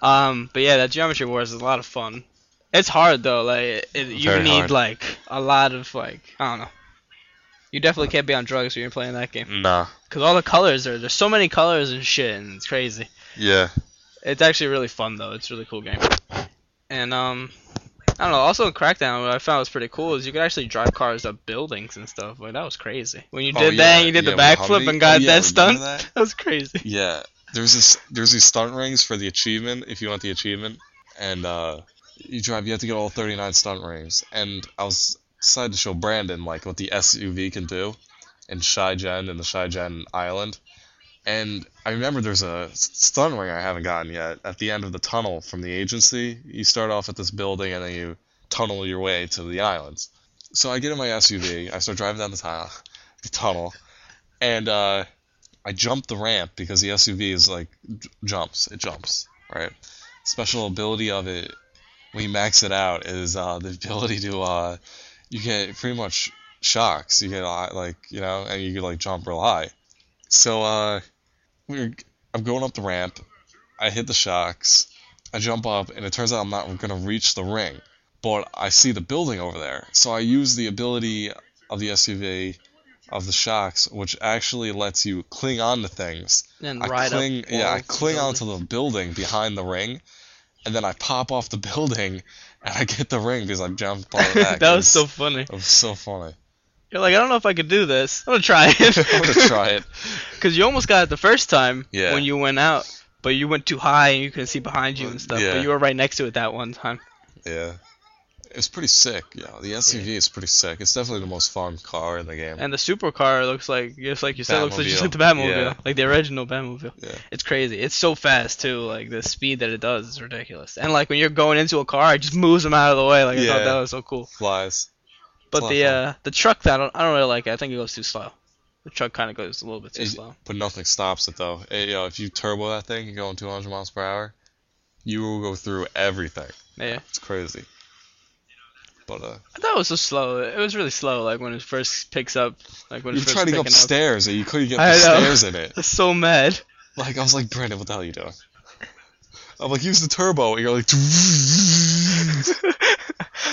Speaker 1: Um, but yeah, that Geometry Wars is a lot of fun. It's hard though. Like it, you
Speaker 2: Very
Speaker 1: need
Speaker 2: hard.
Speaker 1: like a lot of like I don't know. You definitely can't be on drugs when you're playing that game.
Speaker 2: Nah.
Speaker 1: Because all the colors are. There's so many colors and shit, and it's crazy.
Speaker 2: Yeah.
Speaker 1: It's actually really fun, though. It's a really cool game. And, um. I don't know. Also, in Crackdown, what I found was pretty cool is you could actually drive cars up buildings and stuff. Like that was crazy. When you
Speaker 2: Oh,
Speaker 1: did that,
Speaker 2: yeah,
Speaker 1: and you did
Speaker 2: yeah,
Speaker 1: the
Speaker 2: with
Speaker 1: backflip
Speaker 2: Humvee.
Speaker 1: and got
Speaker 2: Oh, yeah,
Speaker 1: that stunt.
Speaker 2: remember that?
Speaker 1: That was crazy.
Speaker 2: Yeah. There's this there's these stunt rings for the achievement if you want the achievement. And uh you drive you have to get all thirty nine stunt rings. And I was decided to show Brandon like what the SUV can do in Shai Gen and the Shai Gen Island. And I remember there's a s- stunt ring I haven't gotten yet at the end of the tunnel from the agency. You start off at this building and then you tunnel your way to the islands. So I get in my SUV, I start driving down the, tu- the tunnel, and uh I jumped the ramp because the SUV is like j- jumps. It jumps, right? Special ability of it, when you max it out, is uh, the ability to uh, you get pretty much shocks. You get uh, like you know, and you can like jump real high. So uh, we we're I'm going up the ramp. I hit the shocks. I jump up, and it turns out I'm not gonna reach the ring, but I see the building over there. So I use the ability of the SUV of the shocks, which actually lets you cling on to things.
Speaker 1: And
Speaker 2: I
Speaker 1: ride
Speaker 2: cling,
Speaker 1: up.
Speaker 2: yeah, I
Speaker 1: walls,
Speaker 2: cling
Speaker 1: buildings.
Speaker 2: onto the building behind the ring, and then I pop off the building, and I get the ring because I jumped on the back.
Speaker 1: that
Speaker 2: It
Speaker 1: was so funny.
Speaker 2: It was so funny.
Speaker 1: You're like, I don't know if I could do this. I'm gonna try
Speaker 2: I'm gonna
Speaker 1: it.
Speaker 2: try it.
Speaker 1: Because you almost got it the first time
Speaker 2: Yeah.
Speaker 1: when you went out, but you went too high and you couldn't see behind you and stuff.
Speaker 2: Yeah.
Speaker 1: But you were right next to it that one time.
Speaker 2: Yeah, it's pretty sick. Yeah, the SUV is pretty sick. It's definitely the most fun car in the game.
Speaker 1: And the supercar looks like just like you said, looks like just like the
Speaker 2: Batmobile.
Speaker 1: Batmobile,
Speaker 2: Yeah.
Speaker 1: like the original Batmobile.
Speaker 2: Yeah.
Speaker 1: It's crazy. It's so fast too. Like the speed that it does is ridiculous. And like when you're going into a car, it just moves them out of the way. Like I
Speaker 2: Yeah.
Speaker 1: thought that was so cool.
Speaker 2: Flies.
Speaker 1: But
Speaker 2: lot
Speaker 1: the
Speaker 2: of fun.
Speaker 1: uh, the truck that I don't, I don't really like. It. I think it goes too slow. The truck kind of goes a little bit too
Speaker 2: It-
Speaker 1: slow.
Speaker 2: But nothing stops it though. It, you know, if you turbo that thing, you're going 200 miles per hour. You will go through everything.
Speaker 1: Yeah.
Speaker 2: It's crazy. But uh,
Speaker 1: I thought it was so slow. It was really slow. Like when it first picks up. Like when
Speaker 2: you
Speaker 1: it's first
Speaker 2: tried to go
Speaker 1: picking up.
Speaker 2: upstairs and you couldn't get
Speaker 1: I
Speaker 2: the
Speaker 1: know.
Speaker 2: stairs in it.
Speaker 1: I'm so mad.
Speaker 2: Like I was like, Brandon, what the hell are you doing? I'm like, use the turbo. And you're like,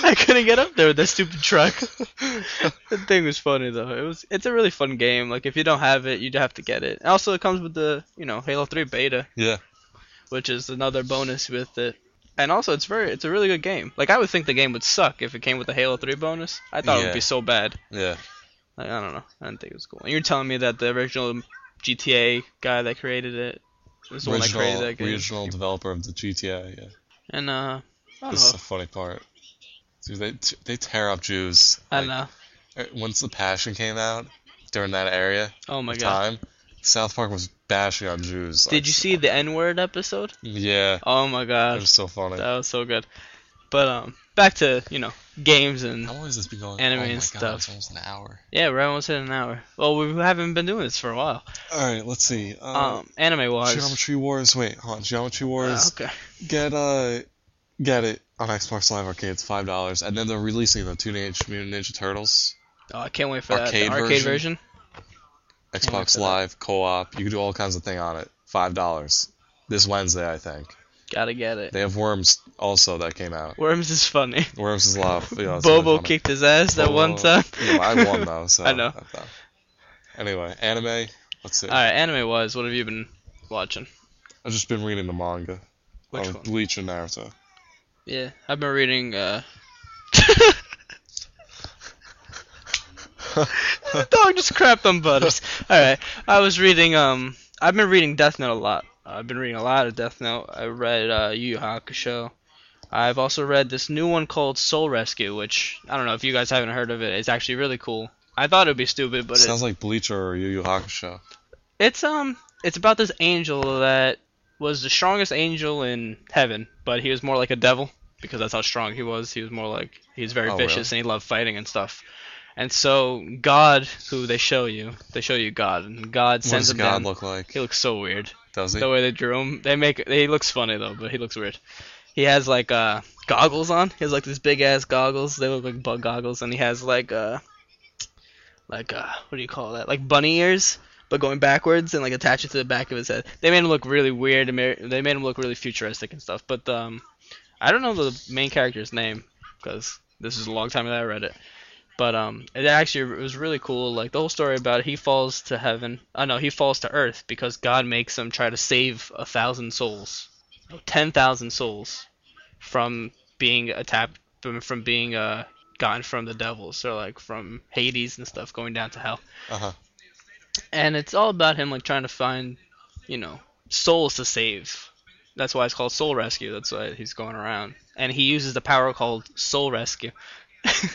Speaker 1: I couldn't get up there with that stupid truck. the thing was funny though. It was it's a really fun game. Like if you don't have it, you'd have to get it. And also it comes with the, you know, Halo 3 beta,
Speaker 2: yeah,
Speaker 1: which is another bonus with it. And also it's very it's a really good game. Like I would think the game would suck if it came with the Halo 3 bonus. I thought it
Speaker 2: Yeah.
Speaker 1: would be so bad.
Speaker 2: yeah,
Speaker 1: Like I don't know. I didn't think it was cool. And you're telling me that the original GTA guy that created it was the one that created
Speaker 2: original,
Speaker 1: that game.
Speaker 2: original developer of the GTA. Yeah,
Speaker 1: And uh I don't
Speaker 2: this is
Speaker 1: know.
Speaker 2: the funny part. Dude, they they tear up Jews.
Speaker 1: I don't
Speaker 2: like,
Speaker 1: know.
Speaker 2: er, Once the Passion came out, during that area,
Speaker 1: Oh my
Speaker 2: the
Speaker 1: god.
Speaker 2: time South Park was bashing on Jews.
Speaker 1: Did you see the N-word episode?
Speaker 2: Yeah,
Speaker 1: Oh my
Speaker 2: it
Speaker 1: god.
Speaker 2: was so funny.
Speaker 1: That was so good. But um, back to you know games and
Speaker 2: How long has this been going?
Speaker 1: Anime
Speaker 2: oh my
Speaker 1: and
Speaker 2: God,
Speaker 1: stuff.
Speaker 2: It's almost an hour.
Speaker 1: yeah, we're almost at an hour. Well, we haven't been doing this for a while.
Speaker 2: All right, let's see. Uh,
Speaker 1: Um, anime wise.
Speaker 2: Geometry Wars. Wait, hold on. Geometry Wars.
Speaker 1: Oh, okay.
Speaker 2: Get uh, get it on Xbox Live Arcade. It's five dollars, and then they're releasing the Teenage Mutant Ninja Turtles
Speaker 1: Oh, I can't wait for that. The
Speaker 2: Arcade
Speaker 1: arcade
Speaker 2: version?
Speaker 1: version.
Speaker 2: Xbox
Speaker 1: for that.
Speaker 2: Live co-op. You can do all kinds of thing on it. Five dollars. This Wednesday, I think.
Speaker 1: Gotta get it.
Speaker 2: They have Worms also that came out.
Speaker 1: Worms is funny.
Speaker 2: Worms is love. Oh, Yeah, it's really
Speaker 1: Bobo
Speaker 2: funny.
Speaker 1: kicked his ass that one
Speaker 2: Bobo-
Speaker 1: time.
Speaker 2: yeah, I won though. So
Speaker 1: I know.
Speaker 2: that- Anyway, anime. Let's see.
Speaker 1: All right, anime wise, what have you been watching?
Speaker 2: I've just been reading the manga.
Speaker 1: Which
Speaker 2: of
Speaker 1: one?
Speaker 2: Bleach and Naruto.
Speaker 1: Yeah, I've been reading. uh... the dog just crapped on butters. All right, I was reading. Um, I've been reading Death Note a lot. I've been reading a lot of Death Note. I read uh, Yu Yu Hakusho. I've also read this new one called Soul Rescue, which I don't know if you guys haven't heard of it. It's actually really cool. I thought it'd be stupid, but
Speaker 2: Sounds
Speaker 1: it,
Speaker 2: like Bleach or Yu Yu Hakusho.
Speaker 1: it's um, it's about this angel that was the strongest angel in heaven, but he was more like a devil because that's how strong he was. He was more like he was very
Speaker 2: Oh,
Speaker 1: vicious and he loved fighting and stuff. And so God, who they show you, they show you God, and God
Speaker 2: What
Speaker 1: sends
Speaker 2: does
Speaker 1: him
Speaker 2: God
Speaker 1: down.
Speaker 2: look like?
Speaker 1: he looks so weird.
Speaker 2: Does he?
Speaker 1: The way they drew him, they make he looks funny though, but he looks weird. He has like uh goggles on. He has like these big ass goggles. They look like bug goggles, and he has like uh like uh what do you call that? Like bunny ears, but going backwards and like attached to the back of his head. They made him look really weird. and ma- They made him look really futuristic and stuff. But um, I don't know the main character's name because this is a long time that I read it. But um, it actually was really cool. Like the whole story about he falls to heaven. Oh no, he falls to earth because God makes him try to save a thousand souls, ten thousand souls, from being attacked from, from being uh gotten from the devils. So like from Hades and stuff going down to hell.
Speaker 2: Uh huh.
Speaker 1: And it's all about him like trying to find, you know, souls to save. That's why it's called Soul Rescue. That's why he's going around. And he uses the power called Soul Rescue.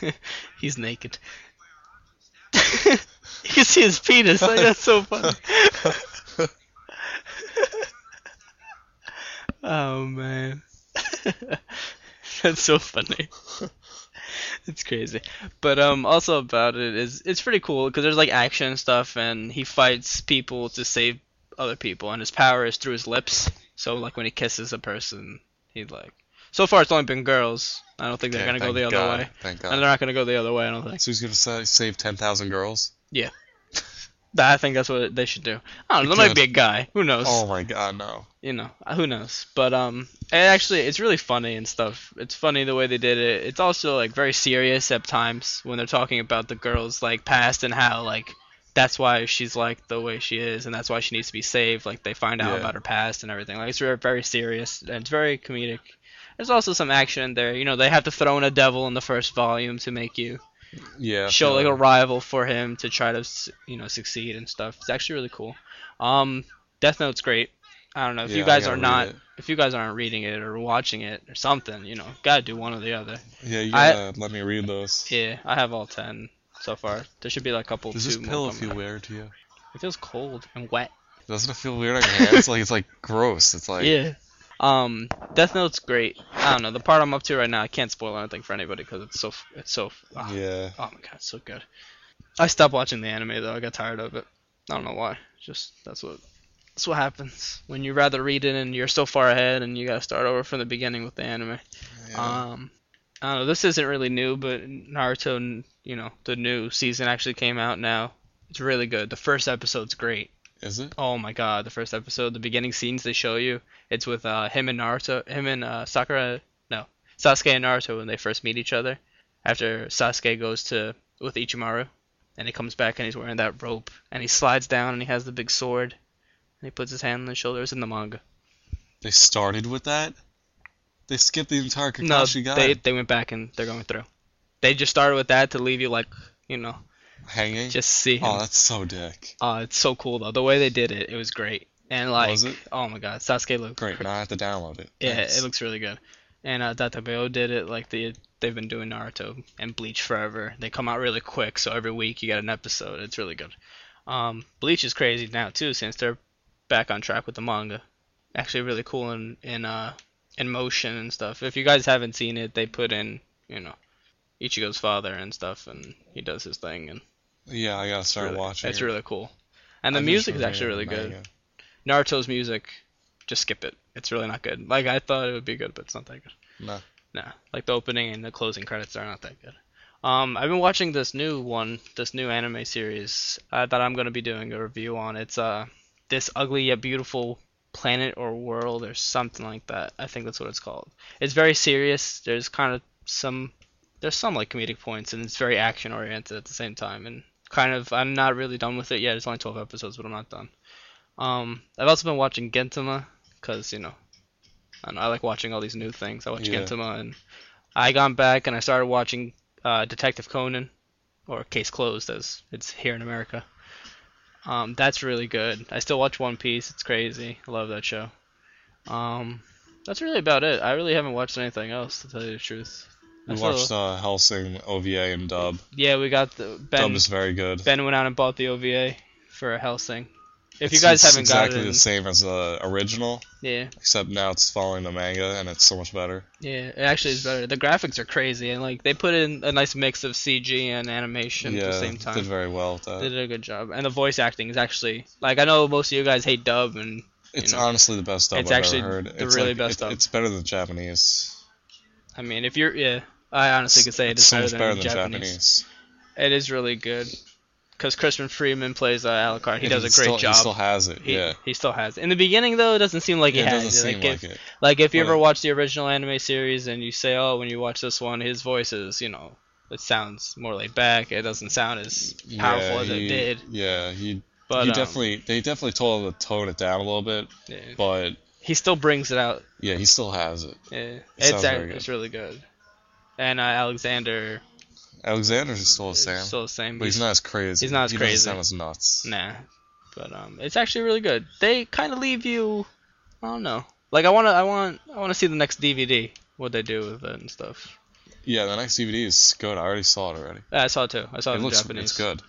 Speaker 1: he's naked. you can see his penis. Like, that's so funny. oh, man. that's so funny. it's crazy. But um, also about it is it's pretty cool because there's like action and stuff, and he fights people to save other people, and his power is through his lips. So like when he kisses a person, he like. So far, it's only been girls. I don't think they're
Speaker 2: Yeah,
Speaker 1: gonna go
Speaker 2: thank
Speaker 1: the other
Speaker 2: God,
Speaker 1: way.
Speaker 2: Thank
Speaker 1: And
Speaker 2: God.
Speaker 1: they're not gonna go the other way. I don't think.
Speaker 2: So he's gonna sa- save ten thousand girls.
Speaker 1: Yeah. That- I think that's what they should do. I don't know.
Speaker 2: It
Speaker 1: There might
Speaker 2: could.
Speaker 1: be a guy. Who knows?
Speaker 2: Oh my God, no.
Speaker 1: you know, who knows? But um, and actually, it's really funny and stuff. It's funny the way they did it. It's also like very serious at times when they're talking about the girl's like past and how like that's why she's like the way she is and that's why she needs to be saved. Like they find out
Speaker 2: Yeah.
Speaker 1: about her past and everything. Like it's very, very serious and it's very comedic. There's also some action in there. You know, they have to throw in a devil in the first volume to make you
Speaker 2: Yeah. I
Speaker 1: show
Speaker 2: feel
Speaker 1: like
Speaker 2: it.
Speaker 1: a rival for him to try to s- you know succeed and stuff. It's actually really cool. Um, Death Note's great. I don't know if
Speaker 2: Yeah,
Speaker 1: you
Speaker 2: I
Speaker 1: guys
Speaker 2: gotta
Speaker 1: are
Speaker 2: read
Speaker 1: not
Speaker 2: it.
Speaker 1: if you guys aren't reading it or watching it or something, you know, gotta do one or the other.
Speaker 2: Yeah, you
Speaker 1: I-
Speaker 2: gotta let me read those.
Speaker 1: Yeah, I have all ten so far. There should be like a couple.
Speaker 2: Does
Speaker 1: two
Speaker 2: this
Speaker 1: more
Speaker 2: pillow
Speaker 1: coming
Speaker 2: feel
Speaker 1: up.
Speaker 2: weird to you?
Speaker 1: It feels cold and wet.
Speaker 2: Doesn't it feel weird on your hands? like it's like gross. It's like
Speaker 1: yeah. Um, Death Note's great. I don't know the part I'm up to right now. I can't spoil anything for anybody because it's so f- it's so. f- ah.
Speaker 2: yeah.
Speaker 1: Oh my god, it's so good. I stopped watching the anime though. I got tired of it. I don't know why. Just that's what that's what happens when you rather read it and you're so far ahead and you gotta start over from the beginning with the anime.
Speaker 2: Yeah.
Speaker 1: Um, I don't know. This isn't really new, but Naruto, you know, the new season actually came out now. It's really good. The first episode's great.
Speaker 2: Is it?
Speaker 1: Oh my god, the first episode, the beginning scenes they show you. It's with uh, him and Naruto, him and uh, Sakura, no, Sasuke and Naruto when they first meet each other. After Sasuke goes to with Ichimaru, and he comes back and he's wearing that rope, and he slides down and he has the big sword, and he puts his hand on his shoulders in the manga.
Speaker 2: They started with that. They skipped the entire
Speaker 1: No,
Speaker 2: Kakashi guy
Speaker 1: they they went back and they're going through. They just started with that to leave you like, you know,
Speaker 2: hanging.
Speaker 1: just see him.
Speaker 2: oh, that's so dick.
Speaker 1: Uh, it's so cool though. The way they did it, it was great. And like,
Speaker 2: Was it?
Speaker 1: oh my god, Sasuke looked
Speaker 2: Great. Now I have to download it.
Speaker 1: Yeah,
Speaker 2: Thanks.
Speaker 1: it looks really good. And uh, Databeo did it like they they've been doing Naruto and Bleach forever. They come out really quick, so every week you got an episode. It's really good. Um, Bleach is crazy now too, since they're back on track with the manga. Actually, really cool in in uh in motion and stuff. If you guys haven't seen it, they put in you know Ichigo's father and stuff, and he does his thing, and
Speaker 2: Yeah, I gotta start
Speaker 1: really,
Speaker 2: watching.
Speaker 1: it's
Speaker 2: it.
Speaker 1: really cool. And the
Speaker 2: I've been
Speaker 1: music is
Speaker 2: showing
Speaker 1: actually
Speaker 2: it
Speaker 1: really
Speaker 2: on
Speaker 1: good.
Speaker 2: Manga.
Speaker 1: Naruto's music, just skip it. It's really not good. Like I thought it would be good, but it's not that good.
Speaker 2: No.
Speaker 1: Nah, like the opening and the closing credits are not that good. Um, I've been watching this new one, this new anime series uh, that I'm gonna be doing a review on. It's uh, this ugly yet beautiful planet or world or something like that. I think that's what it's called. It's very serious. There's kind of some, there's some like comedic points, and it's very action oriented at the same time. And kind of, I'm not really done with it yet. It's only 12 episodes, but I'm not done. Um, I've also been watching Gentama because you know, I, don't know, I like watching all these new things. I watch
Speaker 2: Yeah.
Speaker 1: Gentama, and I gone back and I started watching uh, Detective Conan, or Case Closed as it's here in America. Um, that's really good. I still watch One Piece. It's crazy. I love that show. Um, that's really about it. I really haven't watched anything else to tell you the truth.
Speaker 2: We
Speaker 1: That's
Speaker 2: watched
Speaker 1: all-
Speaker 2: uh, Helsing OVA and dub.
Speaker 1: yeah, we got the
Speaker 2: Dub
Speaker 1: Ben.
Speaker 2: is very good.
Speaker 1: Ben went out and bought the OVA for a Helsing. If you
Speaker 2: It's-
Speaker 1: guys
Speaker 2: it's
Speaker 1: haven't
Speaker 2: exactly
Speaker 1: got it,
Speaker 2: the same as the original,
Speaker 1: yeah,
Speaker 2: except now it's following the manga and it's so much better.
Speaker 1: yeah, it actually is better. The graphics are crazy, and like they put in a nice mix of CG and animation
Speaker 2: yeah,
Speaker 1: at the same time.
Speaker 2: did uh, very well with that.
Speaker 1: They did a good job, and the voice acting is actually like I know most of you guys hate dub, and
Speaker 2: It's
Speaker 1: know.
Speaker 2: honestly the best dub
Speaker 1: It's
Speaker 2: I've
Speaker 1: actually
Speaker 2: ever heard.
Speaker 1: the
Speaker 2: it's
Speaker 1: really
Speaker 2: like-
Speaker 1: best
Speaker 2: it-
Speaker 1: dub.
Speaker 2: It's better than Japanese.
Speaker 1: I mean if you're yeah, I honestly could say it
Speaker 2: It's
Speaker 1: is
Speaker 2: so
Speaker 1: better,
Speaker 2: much
Speaker 1: than,
Speaker 2: better than
Speaker 1: Japanese.
Speaker 2: Japanese.
Speaker 1: It is really good, because Crispin Freeman plays uh, Alucard. He
Speaker 2: And
Speaker 1: does a great
Speaker 2: still,
Speaker 1: job.
Speaker 2: He still has it.
Speaker 1: He-
Speaker 2: yeah.
Speaker 1: he still has. it. In the beginning though, it doesn't seem like
Speaker 2: Yeah,
Speaker 1: he
Speaker 2: it
Speaker 1: has.
Speaker 2: doesn't
Speaker 1: it.
Speaker 2: seem
Speaker 1: Like,
Speaker 2: like
Speaker 1: if-
Speaker 2: it.
Speaker 1: Like if you
Speaker 2: Well,
Speaker 1: ever
Speaker 2: it-
Speaker 1: watch the original anime series and you say, "Oh, when you watch this one, his voice is, you know, It sounds more laid back. It doesn't sound as powerful as
Speaker 2: he-
Speaker 1: it did.
Speaker 2: Yeah, he,
Speaker 1: But
Speaker 2: he
Speaker 1: um,
Speaker 2: definitely they definitely told him to tone it down a little bit,
Speaker 1: yeah.
Speaker 2: but
Speaker 1: he still brings it out.
Speaker 2: yeah, he still has it.
Speaker 1: Yeah.
Speaker 2: sounds
Speaker 1: it's
Speaker 2: very
Speaker 1: ac-
Speaker 2: good.
Speaker 1: it's really good. And uh, Alexander
Speaker 2: Alexander's still the
Speaker 1: is
Speaker 2: same,
Speaker 1: still the same.
Speaker 2: but he's not as crazy.
Speaker 1: he's not as
Speaker 2: he
Speaker 1: crazy.
Speaker 2: Doesn't sound as nuts.
Speaker 1: Nah, but um, it's actually really good. They kind of leave you, I don't know. Like I wanna, I want, I wanna see the next DVD. What they do with it and stuff.
Speaker 2: Yeah, the next DVD is good. I already saw it already.
Speaker 1: Yeah, I saw it too. I saw it,
Speaker 2: it
Speaker 1: in
Speaker 2: looks
Speaker 1: Japanese.
Speaker 2: it's good.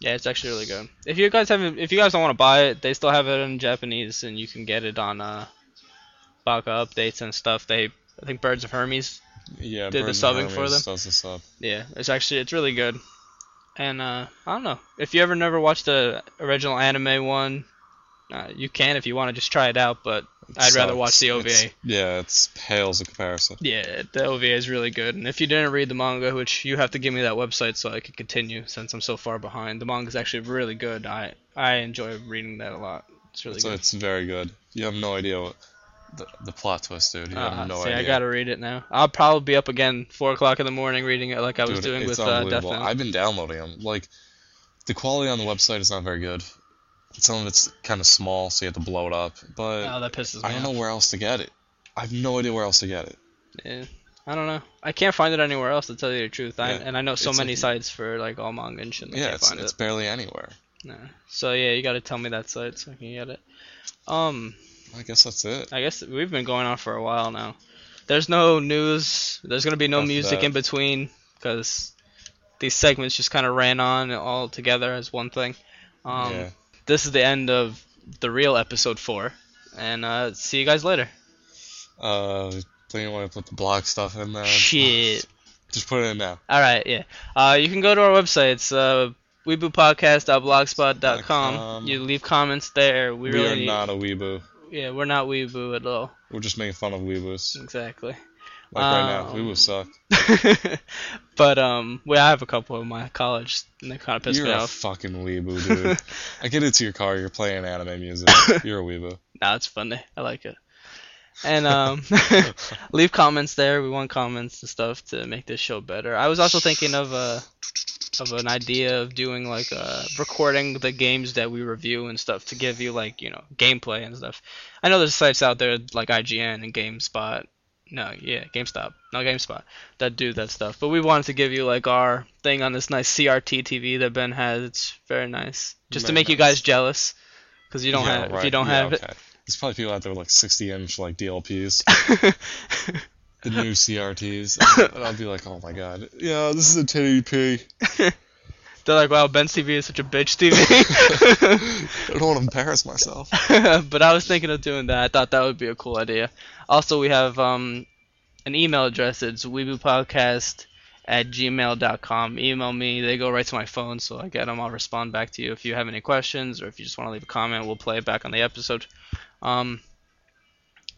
Speaker 1: Yeah, it's actually really good. If you guys haven't, if you guys don't want to buy it, they still have it in Japanese, and you can get it on uh, Baka updates and stuff. They, I think Birds of Hermes.
Speaker 2: Yeah,
Speaker 1: Did the
Speaker 2: Birds of
Speaker 1: subbing for
Speaker 2: Hermes
Speaker 1: them?
Speaker 2: Does the sub.
Speaker 1: Yeah, it's actually it's really good. And uh, I don't know if you ever never watched the original anime one, uh, you can if you want to just try it out. But I'd
Speaker 2: So
Speaker 1: rather watch the
Speaker 2: it's-
Speaker 1: OVA.
Speaker 2: it's- yeah, it's pales in comparison.
Speaker 1: Yeah, the OVA is really good. And if you didn't read the manga, which you have to give me that website so I could continue since I'm so far behind, the manga is actually really good. I I enjoy reading that a lot. It's really
Speaker 2: So
Speaker 1: good.
Speaker 2: it's very good. You have no idea what the, the plot twist, dude. You
Speaker 1: Uh,
Speaker 2: have no
Speaker 1: see,
Speaker 2: idea.
Speaker 1: I gotta read it now. I'll probably be up again four o'clock in the morning reading it like I was
Speaker 2: Dude,
Speaker 1: doing
Speaker 2: it's
Speaker 1: with uh, Death
Speaker 2: unbelievable.
Speaker 1: Note.
Speaker 2: I've been downloading them. Like, the quality on the website is not very good. Some of it's kind of small, so you have to blow it up. But
Speaker 1: Oh, that pisses me
Speaker 2: I don't
Speaker 1: off.
Speaker 2: know where else to get it. I have no idea where else to get it.
Speaker 1: Yeah. I don't know. I can't find it anywhere else to tell you the truth. I,
Speaker 2: Yeah,
Speaker 1: and I know so
Speaker 2: it's
Speaker 1: many
Speaker 2: like-
Speaker 1: sites for like all manga and shit. and I
Speaker 2: yeah,
Speaker 1: can't
Speaker 2: it's,
Speaker 1: find
Speaker 2: it's
Speaker 1: it.
Speaker 2: barely anywhere.
Speaker 1: No. So yeah, you gotta tell me that site so I can get it. Um.
Speaker 2: I guess that's it.
Speaker 1: I guess we've been going on for a while now. There's no news. There's gonna be no
Speaker 2: After
Speaker 1: music
Speaker 2: that.
Speaker 1: in between because these segments just kind of ran on all together as one thing. Um,
Speaker 2: yeah.
Speaker 1: This is the end of the real episode four, and uh, see you guys later.
Speaker 2: Uh, do you want to put the blog stuff in there?
Speaker 1: Shit.
Speaker 2: Just put it in now.
Speaker 1: All right, yeah. Uh, you can go to our website. It's uh, weeboopodcast.blogspot.com.
Speaker 2: Um,
Speaker 1: You leave comments there. We,
Speaker 2: We,
Speaker 1: really
Speaker 2: are
Speaker 1: need-
Speaker 2: not a weeboo.
Speaker 1: Yeah, we're not weeboo at all.
Speaker 2: We're just making fun of weeboos.
Speaker 1: Exactly.
Speaker 2: Like right now,
Speaker 1: Um,
Speaker 2: weeboos suck.
Speaker 1: but um, well, I have a couple of my college, and they kind of pissed
Speaker 2: You're
Speaker 1: me
Speaker 2: a
Speaker 1: off.
Speaker 2: fucking weeboo, dude. I get into your car, you're playing anime music. You're a weeboo.
Speaker 1: Nah, it's funny. I like it. And um, leave comments there. We want comments and stuff to make this show better. I was also thinking of a of an idea of doing like uh recording the games that we review and stuff to give you like you know gameplay and stuff. I know there's sites out there like IGN and GameSpot. No, yeah, GameStop, no GameSpot that do that stuff. But we wanted to give you like our thing on this nice CRT TV that Ben has. It's very nice, just to
Speaker 2: Very
Speaker 1: make you
Speaker 2: nice.
Speaker 1: guys jealous, because you don't
Speaker 2: Yeah,
Speaker 1: have if you
Speaker 2: right.
Speaker 1: don't
Speaker 2: Yeah,
Speaker 1: have it.
Speaker 2: okay. There's probably people out there with like 60 inch like DLPs, the new CRTs. and I'll be like, oh my god, yeah, this is a 1080p.
Speaker 1: They're like, wow, Ben's TV is such a bitch TV.
Speaker 2: I don't want to embarrass myself.
Speaker 1: but I was thinking of doing that. I thought that would be a cool idea. Also, we have um, an email address. It's weeboopodcast at gmail.com. Email me. They go right to my phone, so I get them. I'll respond back to you if you have any questions or if you just want to leave a comment. We'll play it back on the episode. Um,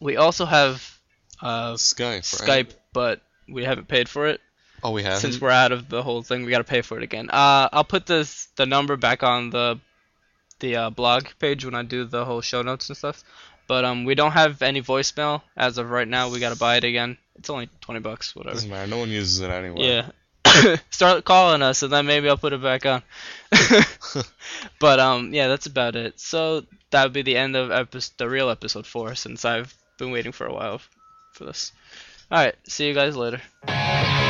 Speaker 1: we also have uh,
Speaker 2: Skype, right?
Speaker 1: Skype, but we haven't paid for it
Speaker 2: Oh, we have.
Speaker 1: since we're out of the whole thing, we gotta pay for it again. Uh, I'll put this the number back on the the uh, blog page when I do the whole show notes and stuff. But um, we don't have any voicemail as of right now. We gotta buy it again. It's only twenty bucks, whatever.
Speaker 2: Doesn't matter. No one uses it anyway.
Speaker 1: Yeah. Start calling us, and then maybe I'll put it back on. but um, yeah, that's about it. So that would be the end of episode, the real episode four, since I've been waiting for a while f- for this. All right, see you guys later.
Speaker 2: Yeah.